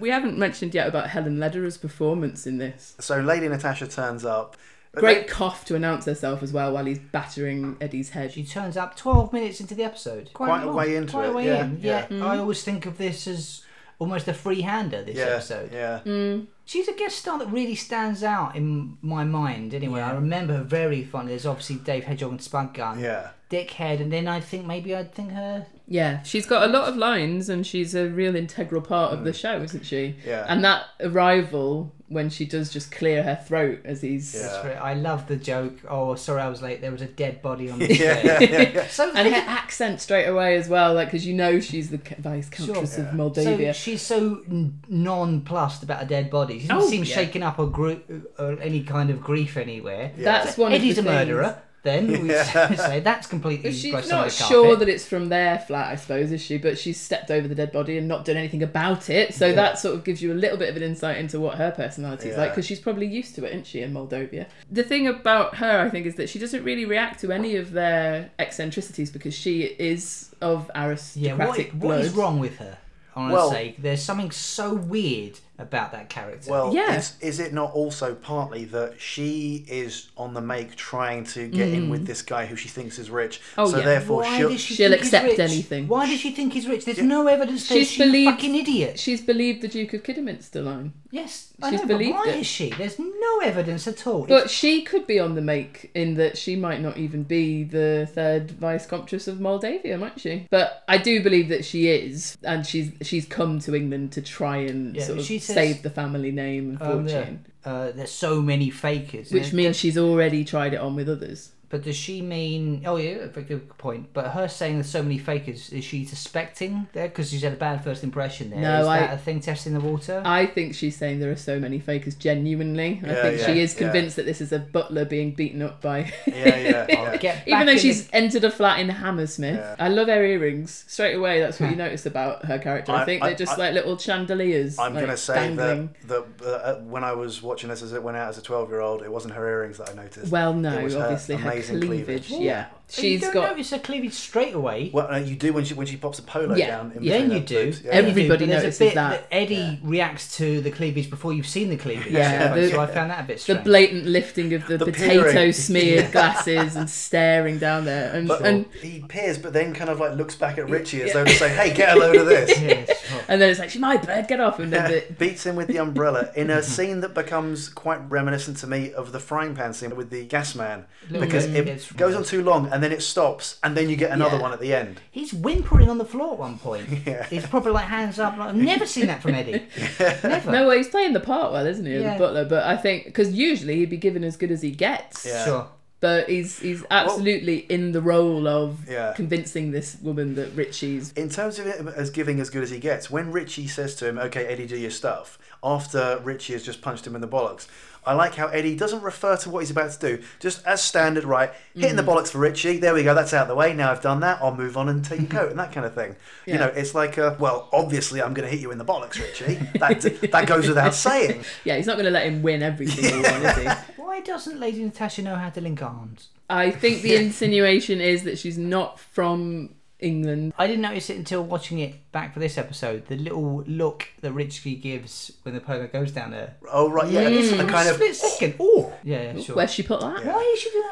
we haven't mentioned yet about Helen Lederer's performance in this.
So Lady Natasha turns up. But
Great cough to announce herself as well while he's battering Eddie's head.
She turns up 12 minutes into the episode.
Quite a
long.
way into
Quite a
it,
way
yeah,
in.
yeah.
Yeah. I always think of this as almost a free-hander. This
Yeah,
episode.
yeah.
She's a guest star that really stands out in my mind. Anyway, I remember her very fondly. There's obviously Dave Hedgehog and Spudgun.
Yeah.
Dickhead, and then I think maybe I'd think her
Yeah, she's got a lot of lines and she's a real integral part of the show, isn't she?
Yeah.
And that arrival when she does just clear her throat as he's.
Yeah.
That's right. I love the joke. Oh, sorry, I was late. There was a dead body
[LAUGHS]
on the
Yeah,
stairs.
yeah, yeah, yeah.
[LAUGHS] So,
And her accent straight away as well, like because you know she's the c- vice countess
Sure.
of
so
Moldavia.
she's so n- nonplussed about a dead body. She doesn't
Oh,
seem
yeah.
shaken up or, gro- or any kind of grief anywhere.
That's one.
Eddie's a
of the things-
murderer. Then we [LAUGHS]
Yeah.
say that's completely.
She's
brushed under
not
the
sure
carpet.
that it's from their flat, I suppose, is she? But she's stepped over the dead body and not done anything about it. So that sort of gives you a little bit of an insight into what her personality is like,
Yeah.
because she's probably used to it, isn't she, in Moldavia? The thing about her, I think, is that she doesn't really react to any of their eccentricities because she is of
Yeah, what,
aristocratic blood.
what is wrong with her? Honestly,
Well-
there's something so weird about that character.
Well,
Yeah.
is, is it not also partly that she is on the make trying to get in with this guy who she thinks is rich?
Oh,
so
yeah.
therefore,
Mm. Why
she'll,
does she
she'll
think he's
accept
rich?
anything.
Why does she think he's rich? There's no evidence that she's,
She's believed-
a fucking idiot.
She's believed the Duke of Kidderminster line.
Yes, I
She's
know, but
believed
why is
it.
she? There's no evidence at all.
But she could be on the make in that she might not even be the third vice comptress of Moldavia, might she? But I do believe that she is, and she's she's come to England to try and
Yeah,
sort of
she says-
save the family name and
Um,
fortune.
uh, there's so many fakers.
Which
And-
means she's already tried it on with others.
but does she mean? Oh yeah, very good point. But her saying there's so many fakers, is she suspecting there because she's had a bad first impression? There is
No, I-
that a thing testing the water?
I think she's saying there are so many fakers genuinely. I
Yeah,
think
yeah,
she is
yeah.
convinced that this is a butler being beaten up by. [LAUGHS]
Yeah,
[LAUGHS]
yeah, yeah.
Get back
Even though
in the-
she's entered a flat in Hammersmith.
Yeah. Hmm.
I love her earrings. Straight away, that's what you notice about her character. I,
I-
think
I-
they're just
I-
like little chandeliers.
I'm
like,
gonna say
dangling.
that that uh, when I was watching this as it went out as a 12 year old, it wasn't her earrings that I noticed.
Well, no,
It was her
obviously her,
amazing
cleavage.
cleavage.
Yeah,
Oh,
she's
you don't
got.
notice her cleavage straight away.
Well, uh, you do when she when she pops a polo
Yeah.
down. In
Yeah.
then
between
you
her
do.
boobs.
Then you
Yeah.
do,
Everybody
but there's
notices
a bit
that.
Eddie reacts to the cleavage before you've seen the cleavage.
Yeah,
so,
the-
so I found that a bit
The
strange.
blatant lifting of the,
The
potato
peering. [LAUGHS]
smeared glasses and staring down there, and
But
and,
he peers, but then kind of like looks back at Richie as though to say, "Hey, get a load
[LAUGHS]
of this."
Yeah, sure.
and then it's like she's my bread, get off, and then the,
beats him with the umbrella in a scene that becomes quite reminiscent to me of the frying pan scene with the gas man
Little
because
bit,
it
yes.
goes on too long and then it stops and then you get another
Yeah.
one at the end.
He's whimpering on the floor at one
[LAUGHS]
point. He's probably like hands up. Like, I've never seen that from Eddie. Never.
No, well, he's playing the part well, isn't he, of
Yeah.
the butler? But I think because usually he'd be given as good as he gets,
Yeah.
Sure.
but he's he's absolutely in the role of
Yeah.
convincing this woman that Richie's.
In terms of him as giving as good as he gets, when Richie says to him, "Okay, Eddie, do your stuff," after Richie has just punched him in the bollocks, I like how Eddie doesn't refer to what he's about to do, just as standard, right? Hitting the bollocks for Richie. There we go. That's out of the way. Now I've done that. I'll move on and take your coat and that kind of thing. You
Yeah.
know, it's like, uh, well, obviously I'm going to hit you in the bollocks, Richie. That that goes without saying.
Yeah, he's not going to let him win every single one,
[LAUGHS]
is he?
Why doesn't Lady Natasha know how to link arms?
I think the insinuation is that she's not from England.
I didn't notice it until watching it back for this episode. The little look that Richie gives when the polo goes down there.
Oh right, yeah, it's
Mm.
a kind of.
split second. Oh. Yeah, yeah, sure.
Where she put that?
Why you should do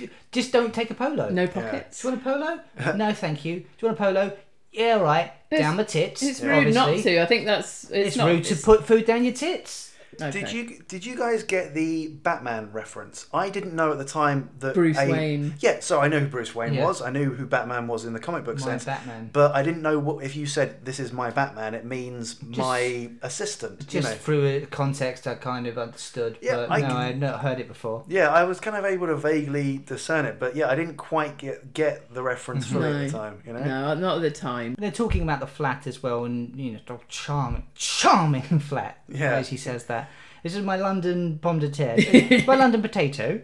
that? [LAUGHS] Just don't take a polo.
No pockets.
Do you want a polo? no, thank you. Do you want a polo? Yeah, all right. down my tits.
It's rude not
obviously.
to. I think that's it's,
It's
not,
rude to put food down your tits.
Did you did you guys get the Batman reference? I didn't know at the time that
Bruce
a-
Wayne.
Yeah, so I know who Bruce Wayne
Yeah.
was. I knew who Batman was in the comic book
My
sense.
Batman.
But I didn't know what if you said this is my Batman, it means my assistant.
Just
you know.
through a context, I kind of understood.
Yeah,
but
I
no,
can-
I had not heard it before.
Yeah, I was kind of able to vaguely discern it, but yeah, I didn't quite get get the reference fully at the
No.
time. You know. [LAUGHS]
No, not at the time.
They're talking about the flat as well, and you know, oh, charming, charming [LAUGHS] flat.
Yeah.
as he says that. This is my London pomme de
[LAUGHS]
terre, my London potato.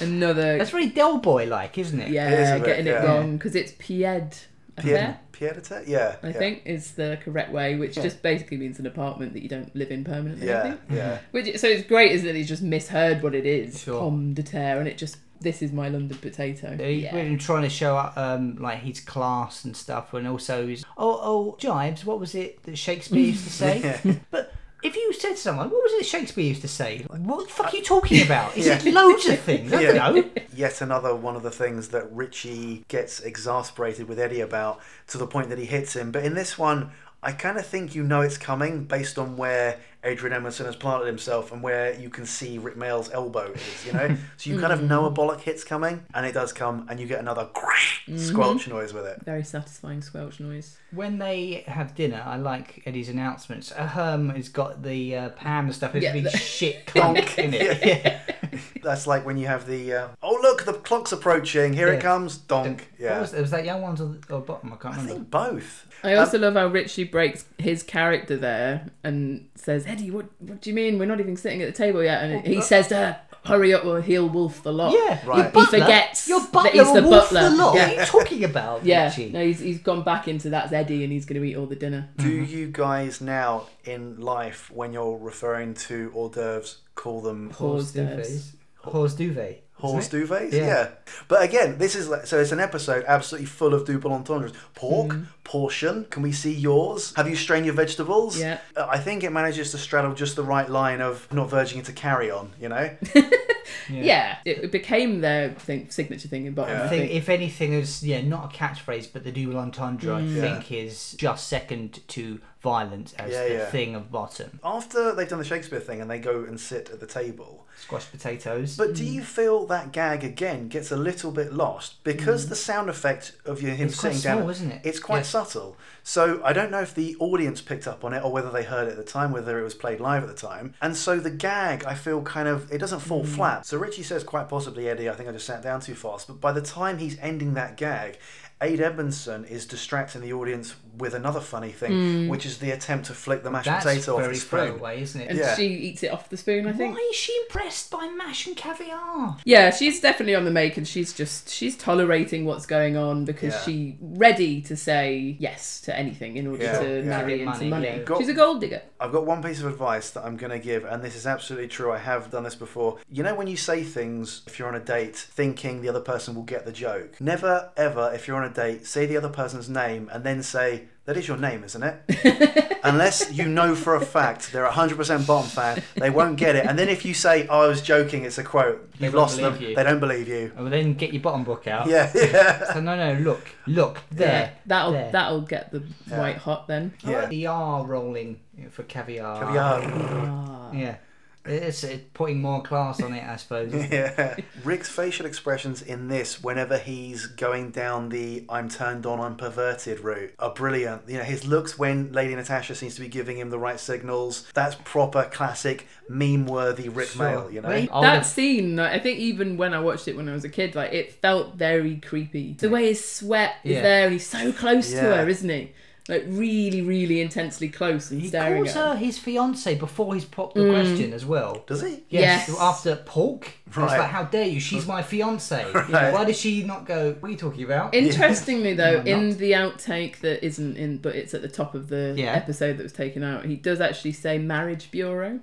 Another
That's very Del Boy like, isn't it?
yeah,
It is a bit,
getting it
yeah.
wrong because it's pied.
Pied, Pied-a-terre? Yeah.
I
yeah.
think is the correct way, which just basically means an apartment that you don't live in permanently. I
Yeah.
think.
Yeah.
Which so it's great, isn't it? He's just misheard what it is.
Sure.
Pomme de terre, and it just this is my London potato.
He's
Yeah.
really trying to show up um, like his class and stuff, and also his oh oh jibes. What was it that Shakespeare used to
[LAUGHS]
say? but if you said to someone, what was it Shakespeare used to say? What the fuck are you talking
[LAUGHS]
about? He said loads of things. I
Yeah.
don't know.
Yet another one of the things that Richie gets exasperated with Eddie about to the point that he hits him. But in this one, I kind of think you know it's coming based on where Adrian Emerson has planted himself and where you can see Rick Mail's elbow is,
[LAUGHS]
you know? so you kind of know a
Mm.
bollock hit's coming, and it does come, and you get another
Mm-hmm.
squelch noise with it.
Very satisfying squelch noise.
When they have dinner, I like Eddie's announcements. Ahem has got the uh, Pam stuff. It's
Yeah,
big
the- [LAUGHS]
shit clunk in it. Yeah.
That's like when you have the, uh, oh, look, the clock's approaching, here
Yeah.
it comes, donk.
[LAUGHS] What
[LAUGHS] Yeah.
was, was that young ones or, or bottom? I can't
I
remember.
think both.
I also love how Richie breaks his character there and says, "Eddie, what what do you mean? We're not even sitting at the table yet." And he says to her, "Hurry up, or he'll wolf the lot."
Yeah,
Right.
your
He
butler,
forgets
your
that
butler
he's the
will wolf
butler.
lot.
Yeah.
What are you talking
[LAUGHS]
about,
Yeah,
Richie?
no, he's, he's gone back into that's Eddie and he's going to eat all the dinner.
Do
Mm-hmm.
you guys now in life, when you're referring to hors d'oeuvres, call them
Hors
Horse
d'oeuvres.
duvet. Horse duvet.
horse
isn't it?
duvets?
Yeah.
Yeah. But again, this is like, so it's an episode absolutely full of double entendres. Pork,
Mm-hmm.
portion. Can we see yours? Have you strained your vegetables?
Yeah.
Uh, I think it manages to straddle just the right line of not verging into carry on. You know.
[LAUGHS]
Yeah, it it became their thing, signature thing in bottom.
Yeah.
I
I
think.
think if
Mm.
anything is yeah not a catchphrase but the double entendre I think is just second to violence as
Yeah,
the
yeah.
thing of bottom.
After they've done the Shakespeare thing and they go and sit at the table,
Squash potatoes.
But do you feel that gag again gets a little bit lost because the sound effect of your him
Mm. It's quite
sitting down?
small, isn't it?
It's quite
Yes.
subtle. So I don't know if the audience picked up on it or whether they heard it at the time, whether it was played live at the time. And so the gag, I feel kind of it doesn't
Hmm.
fall flat. So Richie says quite possibly, Eddie, I think I just sat down too fast. But by the time he's ending that gag. Aid Edmondson is distracting the audience with another funny thing, which is the attempt to flick the mashed
Hmm. That's
potato off
very
his spoon.
throwaway, isn't it?
and
Yeah.
she eats it off the spoon. I think.
Why is she impressed by mash and caviar?
Yeah, she's definitely on the make, and she's just she's tolerating what's going on because
Yeah.
she ready to say yes to anything in order
Yeah,
to
yeah.
marry into
Money,
money.
yeah.
Got-
She's a gold digger.
I've got one piece of advice that I'm going to give, and this is absolutely true. I have done this before. You know, when you say things, if you're on a date, thinking the other person will get the joke, never ever, if you're on a date, say the other person's name and then say, That is your name, isn't it? Unless you know for a fact they're 100% bottom fan, they won't get it. And then if you say, oh, I was joking, it's a quote, you've
won't
lost them,
believe you.
they don't believe you. [LAUGHS]
And then get your bottom book out.
Yeah, yeah.
So, no, no, look, look,
Yeah,
there.
that'll
there.
that'll get the white hot then.
Yeah.
The R rolling for caviar.
Yeah.
Yeah. It's, it's putting more class on it, I suppose.
Yeah. Rick's facial expressions in this, whenever he's going down the I'm turned on, I'm perverted route, are brilliant. You know, his looks when Lady Natasha seems to be giving him the right signals, that's proper, classic, meme worthy Rick
Sure.
Mail, you know?
Wait. Oh,
that
the-
scene, like, I think even when I watched it when I was a kid, like it felt very creepy. The way his sweat
Yeah.
is there, and he's so close to
Yeah.
her, isn't he? Like really, really intensely close and
He
staring
calls
at her.
her his fiance before he's popped the question as well.
Does he?
Yes,
Yes.
after Polk. It's
Right.
like, how dare you? She's my fiance.
Right.
Why does she not go? What are you talking about?
[LAUGHS]
Interestingly, though,
No,
in
not.
the outtake that isn't in, but it's at the top of the
Yeah.
episode that was taken out, he does actually say marriage bureau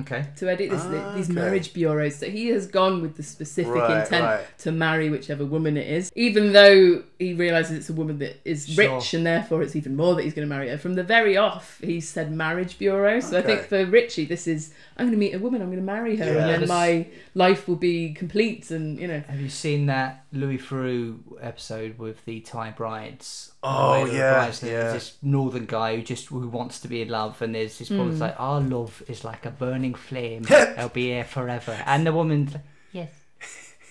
okay.
to edit this, these
Ah, Okay.
marriage bureaus. So he has gone with the specific
Right,
intent
right.
to marry whichever woman it is, even though he realizes it's a woman that is
Sure.
rich and therefore it's even more that he's going to marry her. From the very off, he said marriage bureau. So I think
Okay.
for Richie, this is I'm going to meet a woman, I'm going to marry her,
Yeah.
Yeah,
and then my life will be complete. And you know,
Have you seen that Louis Theroux episode with the Thai brides?
Oh,
Where the
yeah,
brides- there's
yeah.
This northern guy who just who wants to be in love, and there's this woman's like, "Our love is like a burning
[LAUGHS]
flame. It'll be here forever." And the woman's like, [LAUGHS] "Yes,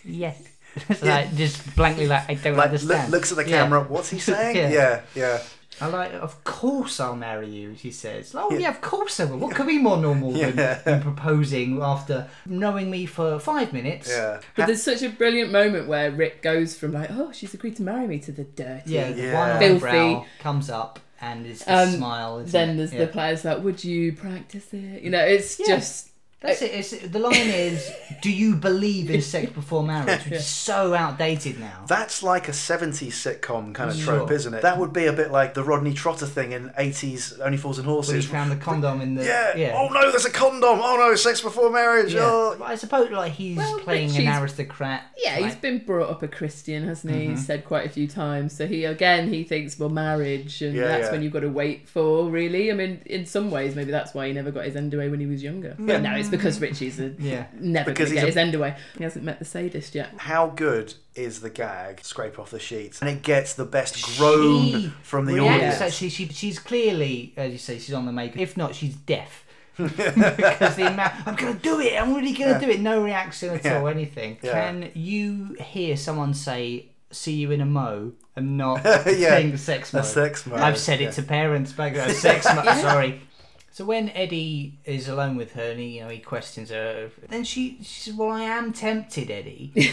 yes." It's like just blankly like, "I don't
Like, look,
understand."
looks at the
Yeah.
camera, what's he
[LAUGHS]
saying?
Yeah.
yeah. yeah, yeah.
I like, of course I'll marry you, she says. Oh, yeah, of course I will. What could be more normal than,
[LAUGHS] Yeah.
than proposing after knowing me for five minutes?
But there's such a brilliant moment where Rick goes from like, oh, she's agreed to marry me to the dirty.
Yeah, the
Yeah.
one
Filthy.
eyebrow comes up and it's the
Um,
smile. Isn't
Then
it?
there's
Yeah.
the players like, would you practice it? You know, it's
Yeah.
just
That's it. It's, the line is, do you believe in sex before marriage? Which is so outdated now.
That's like a 70s sitcom kind of trope,
Sure.
isn't it? That would be a bit like the Rodney Trotter thing in 80s Only Fools and
Where you
Horses.
found the condom in the...
Yeah. Oh no, there's a condom. Oh no, sex before marriage.
Yeah.
Oh,
But I suppose like he's
Well,
playing an
Richie's-
aristocrat.
yeah,
like,
he's been brought up a Christian, hasn't he? He's said quite a few times. So he again he thinks, well, marriage, and
Yeah,
that's
yeah.
when you've got to wait for. Really, I mean, in some ways, maybe that's why he never got his end away when he was younger. But no, it's because Richie's a,
Yeah.
never
Because
going to
he's
get
a-
his end away. He hasn't met the sadist yet.
How good is the gag? Scrape off the sheets, and it gets the best groan
She
from the
reacts
audience.
Actually, she, she's clearly, as you say, she's on the make. If not, she's
[LAUGHS]
deaf. because the amount, I'm going to do it. I'm really going to do it. No reaction at all. Anything.
Yeah.
Can you hear someone say "see you in a mo" and not
[LAUGHS] Yeah.
saying the sex mo?
A sex mo,
I've said it
yeah.
to parents back
[LAUGHS]
then. Sex mo. Sorry. So when Eddie is alone with her and he, you know, he questions her, then she, she says, "Well, I am tempted, Eddie."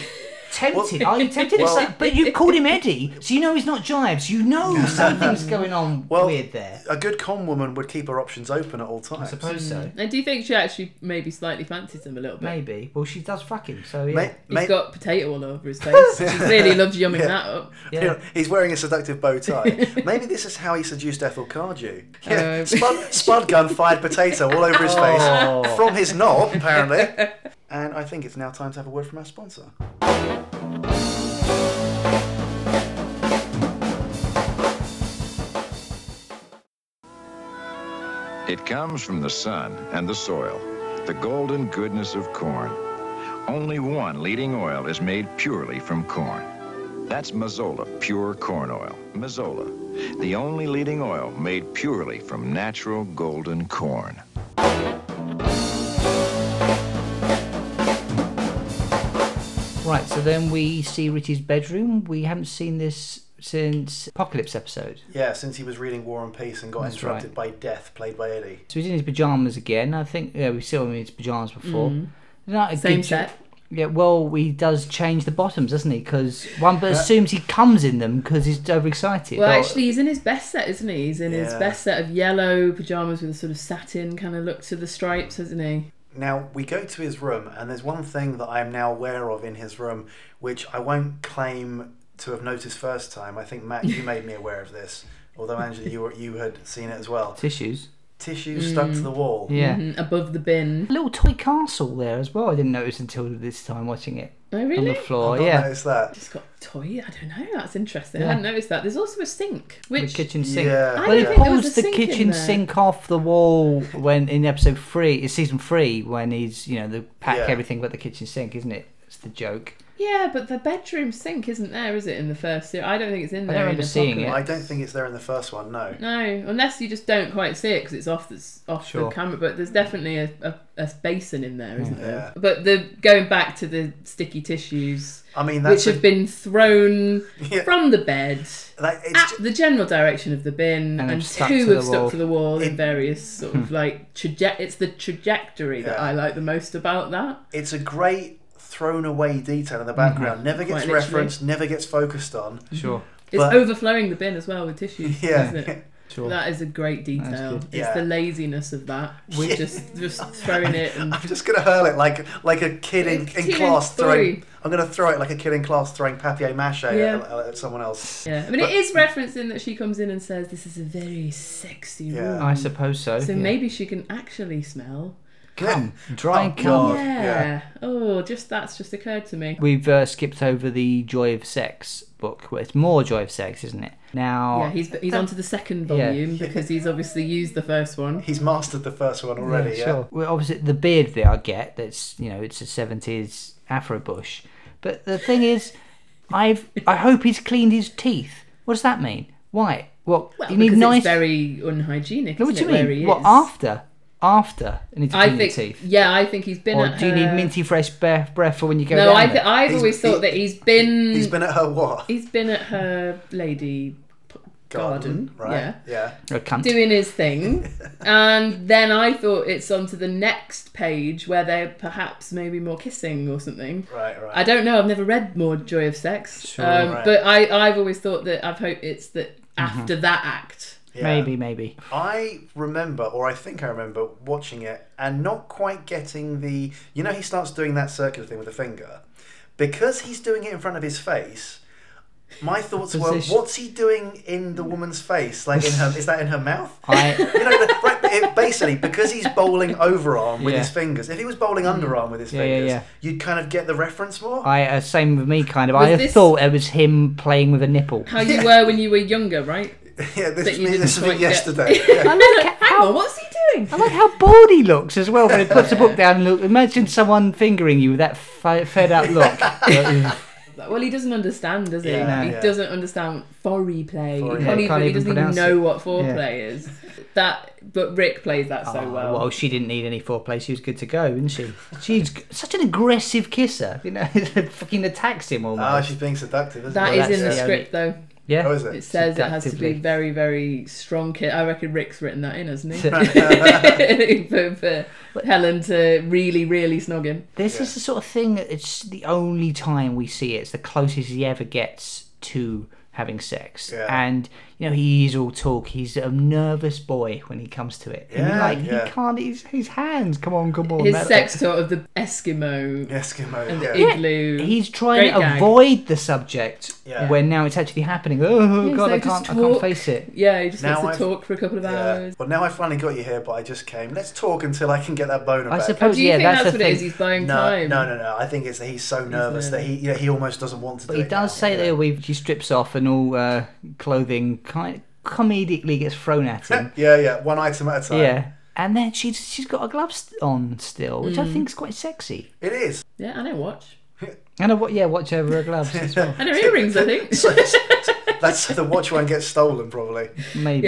Tempted? Are you tempted? It's
Well-
like, but you called him Eddie, so you know he's not Jives. You
[LAUGHS]
know something's going on
Well,
weird there.
A good con woman would keep her options open at all times.
I suppose so.
And do you think she actually maybe slightly fancies him a little bit?
Maybe. Well, she does fuck him, so yeah.
Mate,
He's
mate,
got potato all over his face. She
[LAUGHS]
clearly loves yumming that up.
yeah.
you know, he's wearing a
[LAUGHS]
seductive bow tie. Maybe this is how he seduced Ethel Cardew. Yeah,
Um.
spud, spud gun fired potato all over his
Oh.
face from his knob, apparently. And I think it's now time to have a word from our sponsor.
It comes from the sun and the soil, the golden goodness of corn. Only one leading oil is made purely from corn. That's Mazola pure corn oil. Mazola, the only leading oil made purely from natural golden corn.
Right, so then we see Richie's bedroom. We haven't seen this since Apocalypse episode.
Yeah, since he was reading War and Peace and got
That's
interrupted by Death, played by Eddie.
So he's in his pajamas again. I think yeah, we saw him in his pajamas before. Not a
Mm. Same
good-
set.
Yeah, well, he does change the bottoms, doesn't he? Because one
Uh,
but assumes he comes in them because he's overexcited.
Well,
Or-
actually, he's in his best set, isn't he? He's in his
Yeah.
best set of yellow pajamas with a sort of satin kind of look to the stripes, isn't he?
Now, we go to his room, and there's one thing that I'm now aware of in his room, which I won't claim to have noticed first time. I think, Matt, you made me aware of this. Although, Angela, you, were, you had seen it as well.
tissues.
Tissue stuck to the wall.
Yeah,
Mm, above the bin.
a little toy castle there as well. I didn't notice until this time watching it
Oh,
on the
really?
floor.
Not
yeah,
noticed that.
It's got toy. I don't know. That's interesting.
Yeah.
I hadn't noticed that. There's also a sink,
the
which
kitchen sink.
Yeah.
Well,
I
he
don't think there was
pulls
a
the
sink in
kitchen
there.
sink off the wall when in episode three, it's season three, when he's you know the pack
Yeah.
everything but the kitchen sink, isn't it? It's the joke.
Yeah, but the bedroom sink isn't there, is it? In the first series, I don't think it's in
don't
there.
remember
in
seeing
Apocalypse.
I don't think it's there in the first one, no.
No, unless you just don't quite see it because it's off the s- off the
Sure.
camera. But there's definitely a, a, a basin in there, isn't
Yeah.
there? But the going back to the sticky tissues,
I mean, that's.
which have been thrown
Yeah.
from Ah. the bed
that, it's
at the general direction of the bin,
And
and,
stuck
two
to
have
the
stuck
wall. Hmm.
to the wall
It-
in various sort of like traje- It's the trajectory that
Yeah.
I like the most about that.
it's a great thrown away detail in the background. Never gets
Mm-hmm. Quite literally.
referenced, never gets focused on.
Sure.
It's
But-
overflowing the bin as well with tissues,
[LAUGHS] Yeah.
isn't it?
Sure.
That is a great detail.
good.
It's
Yeah.
the laziness of that. We're just just throwing it and
[LAUGHS] I'm just gonna hurl it like like a kid in,
Like
in
teenage
class throwing.
boy.
I'm gonna throw it like a kid in class throwing papier mâché
Yeah.
at, uh, at someone else.
yeah. I mean, it is referencing that she comes in and says, "This is a very sexy
Yeah.
room."
I suppose so.
so
yeah.
maybe she can actually smell.
come dry and
Oh,
come.
God.
yeah.
yeah.
Oh, just that's just occurred to me.
We've uh, skipped over the Joy of Sex book. Well, it's more Joy of Sex, isn't it? Now,
Yeah, he's he's onto the second
Yeah.
volume because he's obviously used the first one.
He's mastered the first one already. Yeah,
sure. Well, obviously the beard bit I get. That's you know it's a seventies afro bush. But the thing is, I've I hope he's cleaned his teeth. What does that mean? Why? What
Well,
you need
because
nice?
it's very unhygienic.
No, what
isn't
do
it,
you
Where
mean?
he
What
is.
after? After I need to clean
I
your
think.
teeth.
Yeah, I think he's been
Or
at
do you need
her-
minty fresh breath, breath for when you go
No,
down
I
there?
th- I've
He's-
always thought
he-
that he's been
He's been at her what?
He's been at her lady p- garden,
right? Yeah.
A cunt.
yeah, doing his thing. and then I thought it's on to the next page where they're perhaps maybe more kissing or something.
Right. Right.
I don't know. I've never read more Joy of Sex,
Sure.
um,
Right.
but I, I've always thought that I've hoped it's that after that act.
yeah.
Maybe, maybe.
I remember, or I think I remember, watching it and not quite getting the. You know, he starts doing that circular thing with the finger. Because he's doing it in front of his face, my thoughts were,
Position.
what's he doing in the woman's face? Like, in her, is that in her mouth?
I
You know, the, right, it, basically, because he's bowling overarm with
Yeah. Mm.
his fingers. If he was bowling underarm with his
Yeah, yeah,
fingers,
yeah.
you'd kind of get the reference more.
I uh, same with me kind of.
Was
I
this-
thought it was him playing with a nipple.
How you were when you were younger, right?
[LAUGHS] yeah,
That you
this was me-
didn't
this was me
quite get. [LAUGHS]
yesterday.
I
Yeah.
like it.
Hang on, what's he doing?
I like how bored he looks as well when he puts the book down and look. Imagine someone fingering you with that fi- fed
[LAUGHS]
up look. yeah,
Well, he doesn't understand, does he?
Yeah,
he
yeah.
doesn't understand foreplay.
Foreplay.
He, can't
Yeah,
even,
can't
he doesn't
even
even
pronounce
know
it. Ah,
what foreplay is. That, but Rick plays that so well.
well, she didn't need any foreplay. She was good to go, isn't she? She's g- such an aggressive kisser. You know, [LAUGHS] it fucking attacks him almost.
Ah, she's being seductive, isn't
That
she?
is
that's
in the
the only-
script, though.
yeah.
Oh, is it?
It says it has to be
Seductively.
very, very strong. Kid. I reckon Rick's written that in, hasn't
[LAUGHS]
he? [LAUGHS] for, for Helen to really, really snog him.
This is the sort of thing. that It's the only time we see it. It's the closest he ever gets to having sex.
Yeah.
And you know, he's all talk. He's a nervous boy when he comes to it. And
Yeah,
you're like
yeah.
he can't. His, his hands. Come on, come on.
His
that-
sex tour of the Eskimo
Eskimo.
and
Yeah.
the igloo.
He's trying
Great
to
gag.
avoid the subject
Yeah.
when now it's actually happening. Oh
Yeah,
god,
so
I
just
can't, I can't
talk.
face it.
Yeah, he just
Now
wants to
I've-
talk for a couple of
Yeah.
hours.
Well, now I finally got you here, but I just came. Let's talk until I can get that boner
I
back.
suppose
Do you
yeah,
think
that's,
that's,
the
what
thing.
it is? He's buying
No, no,
time.
no, no. I think it's that he's so nervous that he, you know, he almost doesn't want to.
But
do
he
it
does
now.
say that we she strips off and all uh, clothing kind comedically gets thrown at him.
Yeah, yeah. One item at a time.
yeah. And
Mm.
then she's she's got her gloves on still, which I think is quite sexy.
It is.
Yeah, I don't watch.
And a, wa- yeah, watch over her gloves
[LAUGHS]
as well.
And her earrings, I
[LAUGHS]
think.
That's the watch one gets stolen, probably.
Maybe.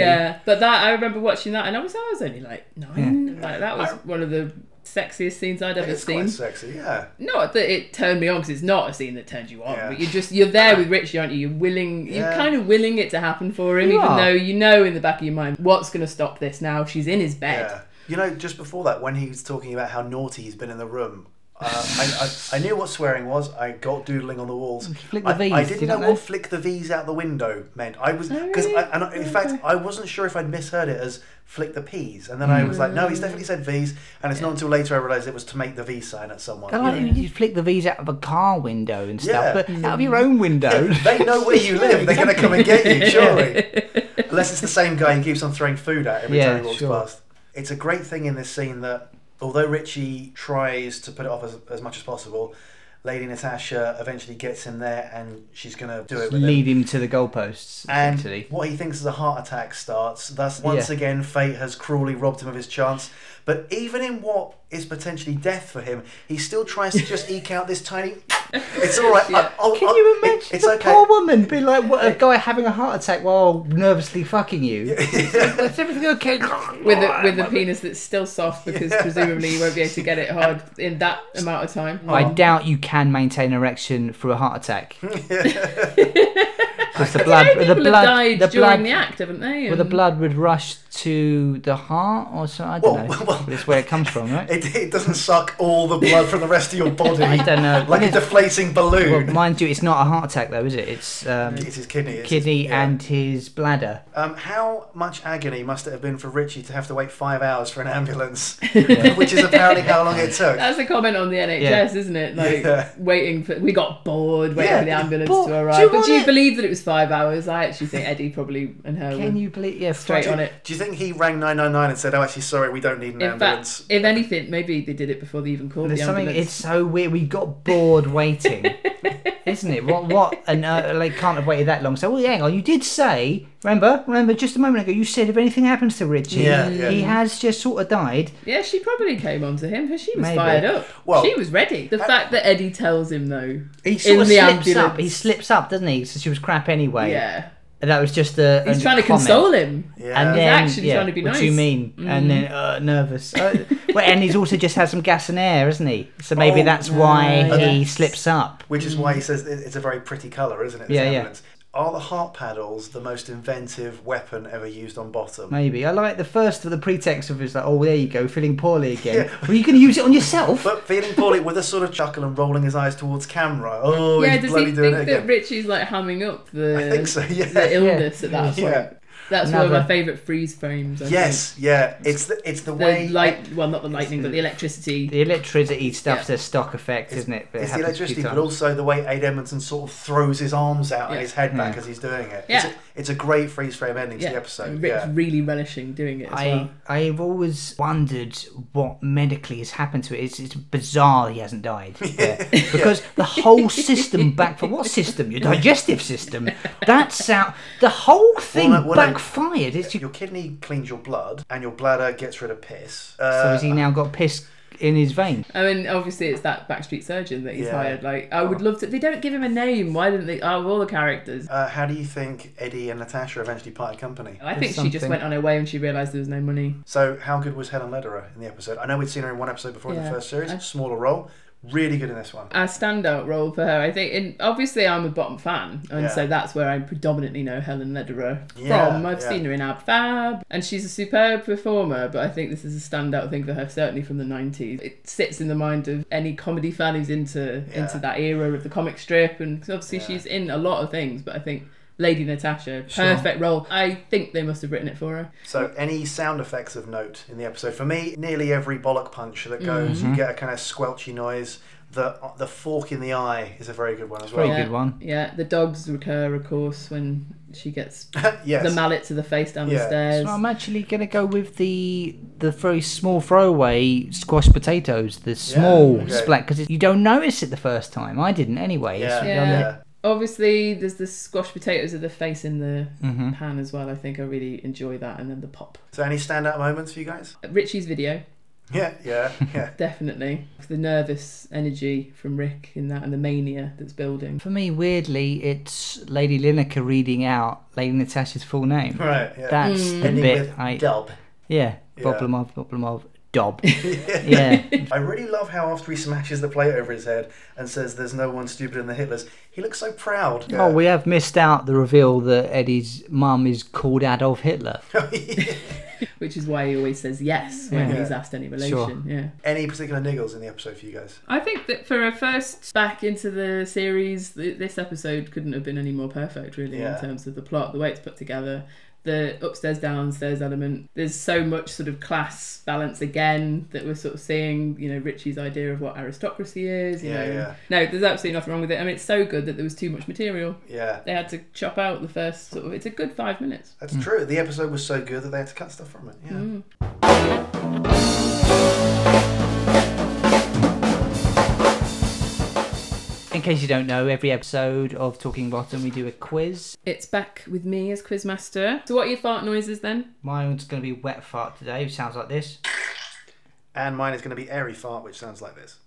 [LAUGHS] yeah, but that I remember watching that, and I was I was only like nine. Like that was one of the sexiest scenes I'd ever
It's
seen.
quite sexy, yeah.
Not that it turned me on, because it's not a scene that turns you on,
Yeah.
but you're just you're
Uh,
there with Richie, aren't you? You're willing, you're
Yeah.
kind of willing it to happen for him,
You
even
are.
though you know in the back of your mind what's going to stop this. Now she's in his bed.
Yeah. You know, just before that, when he was talking about how naughty he's been in the room, uh, I, I, I knew what swearing was. I got doodling on the walls.
Flick the
I,
V's,
I
do you
didn't
not
know,
know?
what flick the V's out the window meant. I was
Oh,
because
really?
and I, in fact I wasn't sure if I'd misheard it as flick the P's, and then I was like, no,
Mm.
he's definitely said V's, and it's not until later I realised it was to make the V sign at someone.
I
You know?
like that you flick the V's out of a car window and stuff,
Yeah.
but out of your own window.
They know where you live. They're going to come and get you, surely.
[LAUGHS]
Unless it's the same guy who keeps on throwing food at every
Yeah,
time he walks
sure.
past. It's a great thing in this scene that although Richie tries to put it off as, as much as possible, Lady Natasha eventually gets him there and she's going to do it with him.
Lead him to the goalposts,
And
essentially.
what he thinks is a heart attack starts. Thus, once
Yeah.
again, fate has cruelly robbed him of his chance. But even in what is potentially death for him, he still tries
[LAUGHS]
to just eke out this tiny. It's all right. I- I'll-
Can
uh,
I'll-
you
it-
imagine
it's
the
okay.
poor woman being like what, a guy having a heart attack while nervously fucking you?
[LAUGHS]
Is everything okay?
With
Oh,
a, with a penis that's still
[LAUGHS]
soft because presumably you won't be able to get it hard in that amount of time.
I doubt you can maintain an erection through a
[LAUGHS]
heart attack. Because the blood,
People
the
have
blood,
died
the
during
blood,
the act, haven't they?
well, the
And-
blood would rush to the heart or something. I don't
Well,
know.
well, well.
That's where it comes from,
[LAUGHS]
right?
It, it doesn't suck all the blood from the rest of your body.
I don't know.
Like a deflating
well,
balloon.
mind you, it's not a heart attack though, is it? It's um,
it's his kidney. It's
kidney
his, yeah.
and his bladder.
Um, how much agony must it have been for Richie to have to wait five hours for an
[LAUGHS]
ambulance? [LAUGHS] Which is apparently how long it took.
That's a comment on the NHS, isn't it? Like
Yeah.
waiting for we got bored waiting
Yeah.
for the ambulance
But do
to arrive.
you
but
want
do you
it-
believe that it was five hours? I actually think Eddie probably and her
Can
were
you believe? Yeah,
straight on it.
Do you think he rang 999 and said, oh, actually, sorry, we don't need an
In
ambulance?
fact, if anything, maybe they did it before they even called
There's
the
something.
ambulance.
It's so weird. We got bored waiting, isn't it? What? What? And uh, like, can't have waited that long. So, well, hang on. You did say. Remember? Remember? Just a moment ago, you said if anything happens to Richie,
Yeah, yeah.
he has just sort of died.
Yeah, she probably came on to him because she was
Maybe.
fired up.
Well-
she was ready. The fact that Eddie tells him though,
He sort
in
of
the
slips
ambulance,
up. He slips up, doesn't he? So she was crap anyway.
yeah,
And that was just the.
he's trying to console him.
yeah.
And
He's
then,
actually
yeah,
trying to be
what
nice. Mm.
do you mean? And then uh, nervous. Uh, well, and he's also just had some gas and air, isn't he? So maybe
Oh,
that's why
uh,
he
yes.
slips up.
Which is why he says it- it's a very pretty colour, isn't it? This
Yeah, yeah.
ambulance? Are the heart paddles the most inventive weapon ever used on bottom?
Maybe I like the first of the pretext of it's like, oh, there you go, feeling poorly again. Were you going to use it on yourself?
But feeling poorly with a sort of chuckle and rolling his eyes towards camera. Oh,
Yeah,
he's
does
bloody
he
doing
think
it
that
again.
Richie's like hamming up the,
I think so. Yeah.
the illness at that point?
Yeah.
That's one of
Another-
my favourite freeze frames. I think.
Yes, yeah. It's the it's the,
the
way
light well not the lightning but the electricity
The electricity stuff's
Yeah.
a stock effect, isn't it? But it
it's
happens a
the
few
electricity, but
times.
also the way Aid Edmondson sort of throws his arms out
Yeah.
and his
Hmm.
head back as he's doing it.
Yeah.
It's, a, it's a great freeze frame ending to the episode.
Rick's
Yeah.
really relishing doing it as
I
well
I've always wondered what medically has happened to it. It's, it's bizarre he hasn't died Yeah. because the whole system back for what system? Your digestive system. That's out. The whole thing
no, well, no.
backfired. It's
Your
your,
kidney cleans your blood, and your bladder gets rid of piss.
so
Uh,
has he now got piss in his vein?
I mean obviously it's that backstreet surgeon that he's
Yeah. Oh.
hired like I would love to they don't give him a name why didn't they out of all the characters
uh, how do you think Eddie and Natasha eventually parted company?
I think
There's
she just
something-
went on her way when she realised there was no money
So, how good was Helen Lederer in the episode? I know we'd seen her in one episode before in the
Yeah.
first series,
I-
smaller role, really good in this one.
a standout role for her I think and obviously I'm a bottom fan and
Yeah.
so that's where I predominantly know Helen Lederer
Yeah,
from I've
yeah.
seen her in Ab Fab and she's a superb performer but I think this is a standout thing for her certainly from the 90s it sits in the mind of any comedy fan who's into
Yeah.
into that era of the comic strip and 'cause obviously she's in a lot of things but I think Lady Natasha perfect role I think they must have written it for her
So, any sound effects of note in the episode? For me, nearly every bollock punch that goes,
Mm-hmm.
you get a kind of squelchy noise. The the fork in the eye is a very good one as well.
Very good one.
yeah the dogs recur of course when she gets
[LAUGHS] yes.
the mallet to the face down
Yeah.
the stairs
So I'm actually going to go with the the very small throwaway squash potatoes, the small
okay.
splat, because you don't notice it the first time. I didn't anyway. It's
yeah,
Yeah.
yeah.
Obviously, there's the squash potatoes of the face in the
Mm-hmm.
pan as well. I think I really enjoy that, and then the pop.
So, any standout moments for you guys?
Richie's video.
Yeah, yeah,
[LAUGHS]
yeah. [LAUGHS]
Definitely. The nervous energy from Rick in that and the mania that's building.
For me, weirdly, it's Lady Lineker reading out Lady Natasha's full name.
Right, yeah.
That's the
Ending
bit
with
I.
dub.
Yeah,
Yeah.
Boblamov, Boblamov,
[LAUGHS]
Dob. yeah.
I really love how after he smashes the plate over his head and says there's no one stupider than the Hitlers, he looks so proud.
Oh, we have missed out the reveal that Eddie's mum is called Adolf Hitler.
Which is why he always says yes when
Yeah.
he's asked any relation. Yeah.
[LAUGHS] Any particular niggles in the episode for you guys?
I think that for a first back into the series, th- this episode couldn't have been any more perfect, really,
Yeah.
in terms of the plot, the way it's put together, the upstairs downstairs element. There's so much sort of class balance again that we're sort of seeing. You know, Richie's idea of what aristocracy is. You
Yeah,
know.
yeah.
No, there's absolutely nothing wrong with it. I mean, it's so good that there was too much material.
Yeah.
They had to chop out the first sort of. It's a good five minutes.
That's
Mm.
true. The episode was so good that they had to cut stuff from it. Yeah.
In case you don't know, every episode of Talking Bottom, we do a quiz.
It's back with me as quizmaster. So, what are your fart noises then?
Mine's going to be wet fart today, which sounds like this.
And mine is going to be airy fart, which sounds like this.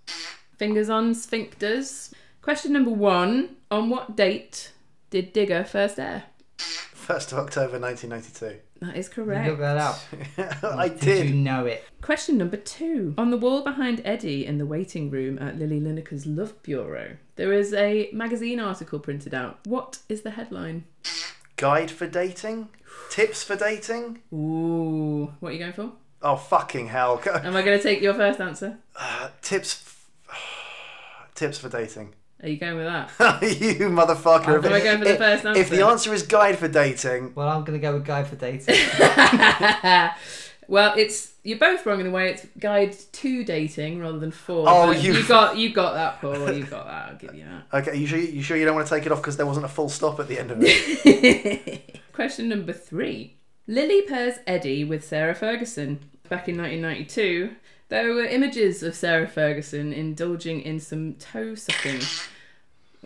Fingers on sphincters. Question number one On what date did Digger first air?
1st of October 1992.
That is
Look
correct.
that up.
[LAUGHS] I
you
did.
know it?
Question number two On the wall behind Eddie in the waiting room at Lily Lineker's Love Bureau, there is a magazine article printed out. What is the headline?
Guide for dating? Tips for dating?
Ooh, what are you going for?
Oh, fucking hell. [LAUGHS]
Am I going to take your first answer?
Uh, tips. F- [SIGHS] tips for dating. [LAUGHS]
Are you going with that?
you motherfucker.
Am I going for the
if,
first
If the
answer?
answer is guide for dating,
Well, I'm going to go with Guy for
[LAUGHS]
Dating.
Well, it's you're both wrong in a way. It's guide to dating rather than for.
Oh,
But
you-
got you got that, Paul. You got that. I'll give you that.
Okay, you sure you, sure you don't want to take it off because there wasn't a full stop at the end of
[LAUGHS]
it? [LAUGHS]
Question number three. Lily pairs Eddie with Sarah Ferguson. Back in 1992, there were images of Sarah Ferguson indulging in some toe sucking.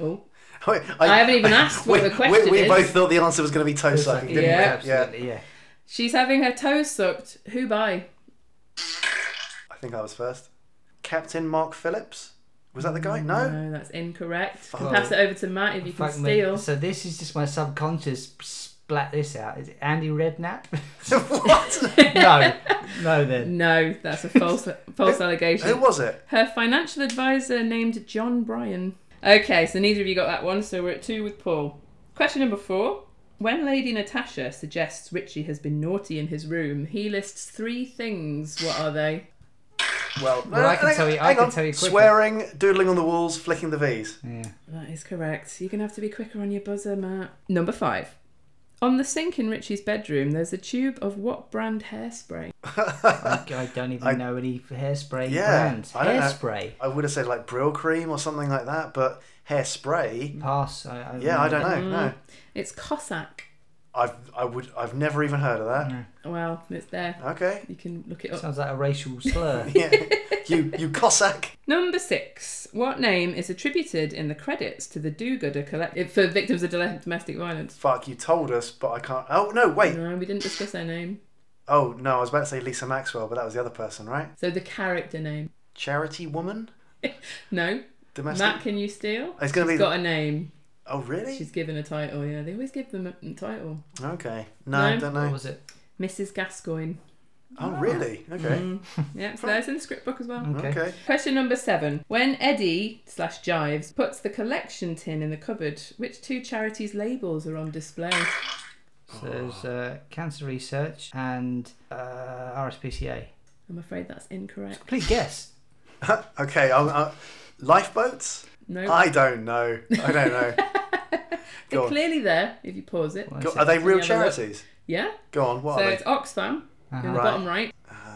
Oh,
I,
I haven't even asked what
we,
the question
we, we
is.
both thought the answer was going to be toe sucking, didn't
Yeah.
we? Yeah.
Absolutely, yeah.
she's having her toes sucked. Who by?
I think I was first. Captain Mark Phillips? Was that the guy? No?
No, that's incorrect. Can
Oh.
pass it over to Matt if you can
Fuck me.
steal.
So this is just my subconscious splat this out. Is it
[LAUGHS]
Andy Redknapp?
[LAUGHS] what?
no, no then.
No, that's a
[LAUGHS]
false false allegation.
Who was it?
Her financial advisor named John Bryan. Okay, so neither of you got that one, so we're at two with Paul. Question number four. When Lady Natasha suggests Richie has been naughty in his room, he lists three things. What are they?
Well,
Well, I can
hang-
tell you- I
hang
can
on.
tell you quickly.
Swearing, doodling on the walls, flicking the V's.
That is correct. You're going to have to be quicker on your buzzer, Matt. Number five. On the sink in Richie's bedroom, there's a tube of what brand hairspray?
[LAUGHS]
I, I don't even know any hairspray
Yeah,
brands.
I don't know.
Hairspray.
I would have said like Brill Cream or something like that, but hairspray?
Pass. I, I
Yeah, I don't know.
Mm-hmm.
No.
It's Cossack.
I've, I would, I've never even heard of that.
Well, it's there.
Mm.
Okay.
You can look it up.
Sounds like a racial
[LAUGHS]
slur.
Yeah.
[LAUGHS]
you, you Cossack.
Number six. What name is attributed in the credits to the do-gooder collective eh, for victims of dole- domestic violence?
Fuck, you told us, but I can't. Oh, no, wait.
No, we didn't discuss her name.
Oh no, I was about to say Lisa Maxwell, but that was the other person, right?
So the character name.
Charity woman,
No.
domestic.
Matt, can you steal?
Oh, It's gonna
She's
be-
got a name.
oh really?
She's given a title. Yeah, they always give them a title.
Okay. No,
No.
don't
What
know.
was it?
Mrs. Gascoigne.
Oh really? Okay.
Yeah, so that's in the script book as well.
Mm-hmm. Okay.
Okay.
Question number seven. When Eddie slash Jives puts the collection tin in the cupboard, which two charities' labels are on display?
So there's uh, cancer research and uh, RSPCA.
I'm afraid that's incorrect.
Complete guess.
Okay. I'll, i lifeboats?
No.
I don't know. I don't
[LAUGHS]
know.
They're
go on.
clearly there if you pause it.
Go- are they real
Can you have a look?
charities?
Yeah.
Go on. What
So
are
it's
they?
Oxfam in the
Uh-huh. Right.
bottom right.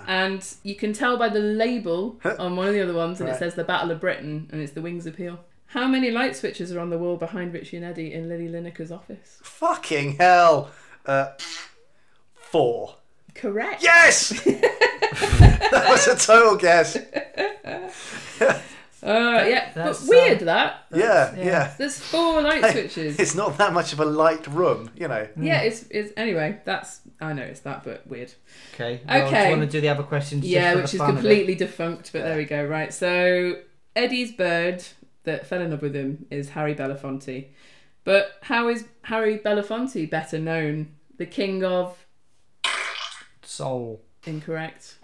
And you can tell by the label on one of the other ones that
Right.
it says the Battle of Britain and it's the Wings Appeal. How many light switches are on the wall behind Richie and Eddie in Lily Lineker's office?
Fucking hell. Uh, four.
Correct. [LAUGHS]
Yes. that was a total guess.
Uh, yeah, but
that's,
weird
uh,
that.
Yeah, yeah.
There's four
[LAUGHS]
light switches.
It's not that much of a light room, you know.
yeah, it's, it's anyway. That's I noticed that, but weird.
Okay. Well, Do
Okay.
you want to do the other questions?
yeah,
just for
which
the
is
fun of it?
completely defunct. But there we go. Right. So Eddie's bird that fell in love with him is Harry Belafonte. But how is Harry Belafonte better known? The king of
soul.
incorrect.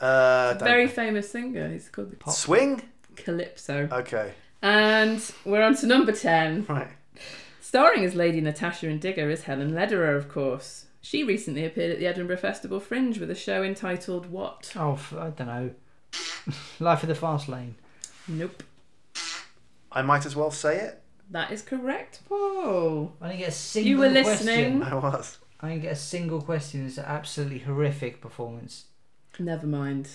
Uh, don't-
Very famous singer. He's called the
swing.
Calypso.
Okay,
And we're on to number ten.
right.
Starring as Lady Natasha and Digger is Helen Lederer, of course. She recently appeared at the Edinburgh Festival Fringe with a show entitled What?
Oh, f- I don't know. [LAUGHS] Life of the fast lane.
Nope.
I might as well say it. [LAUGHS]
That is correct, Paul.
I didn't get a single.
You were
question.
listening.
I was.
I didn't get a single question. It's an absolutely horrific
[LAUGHS]
performance.
Never mind.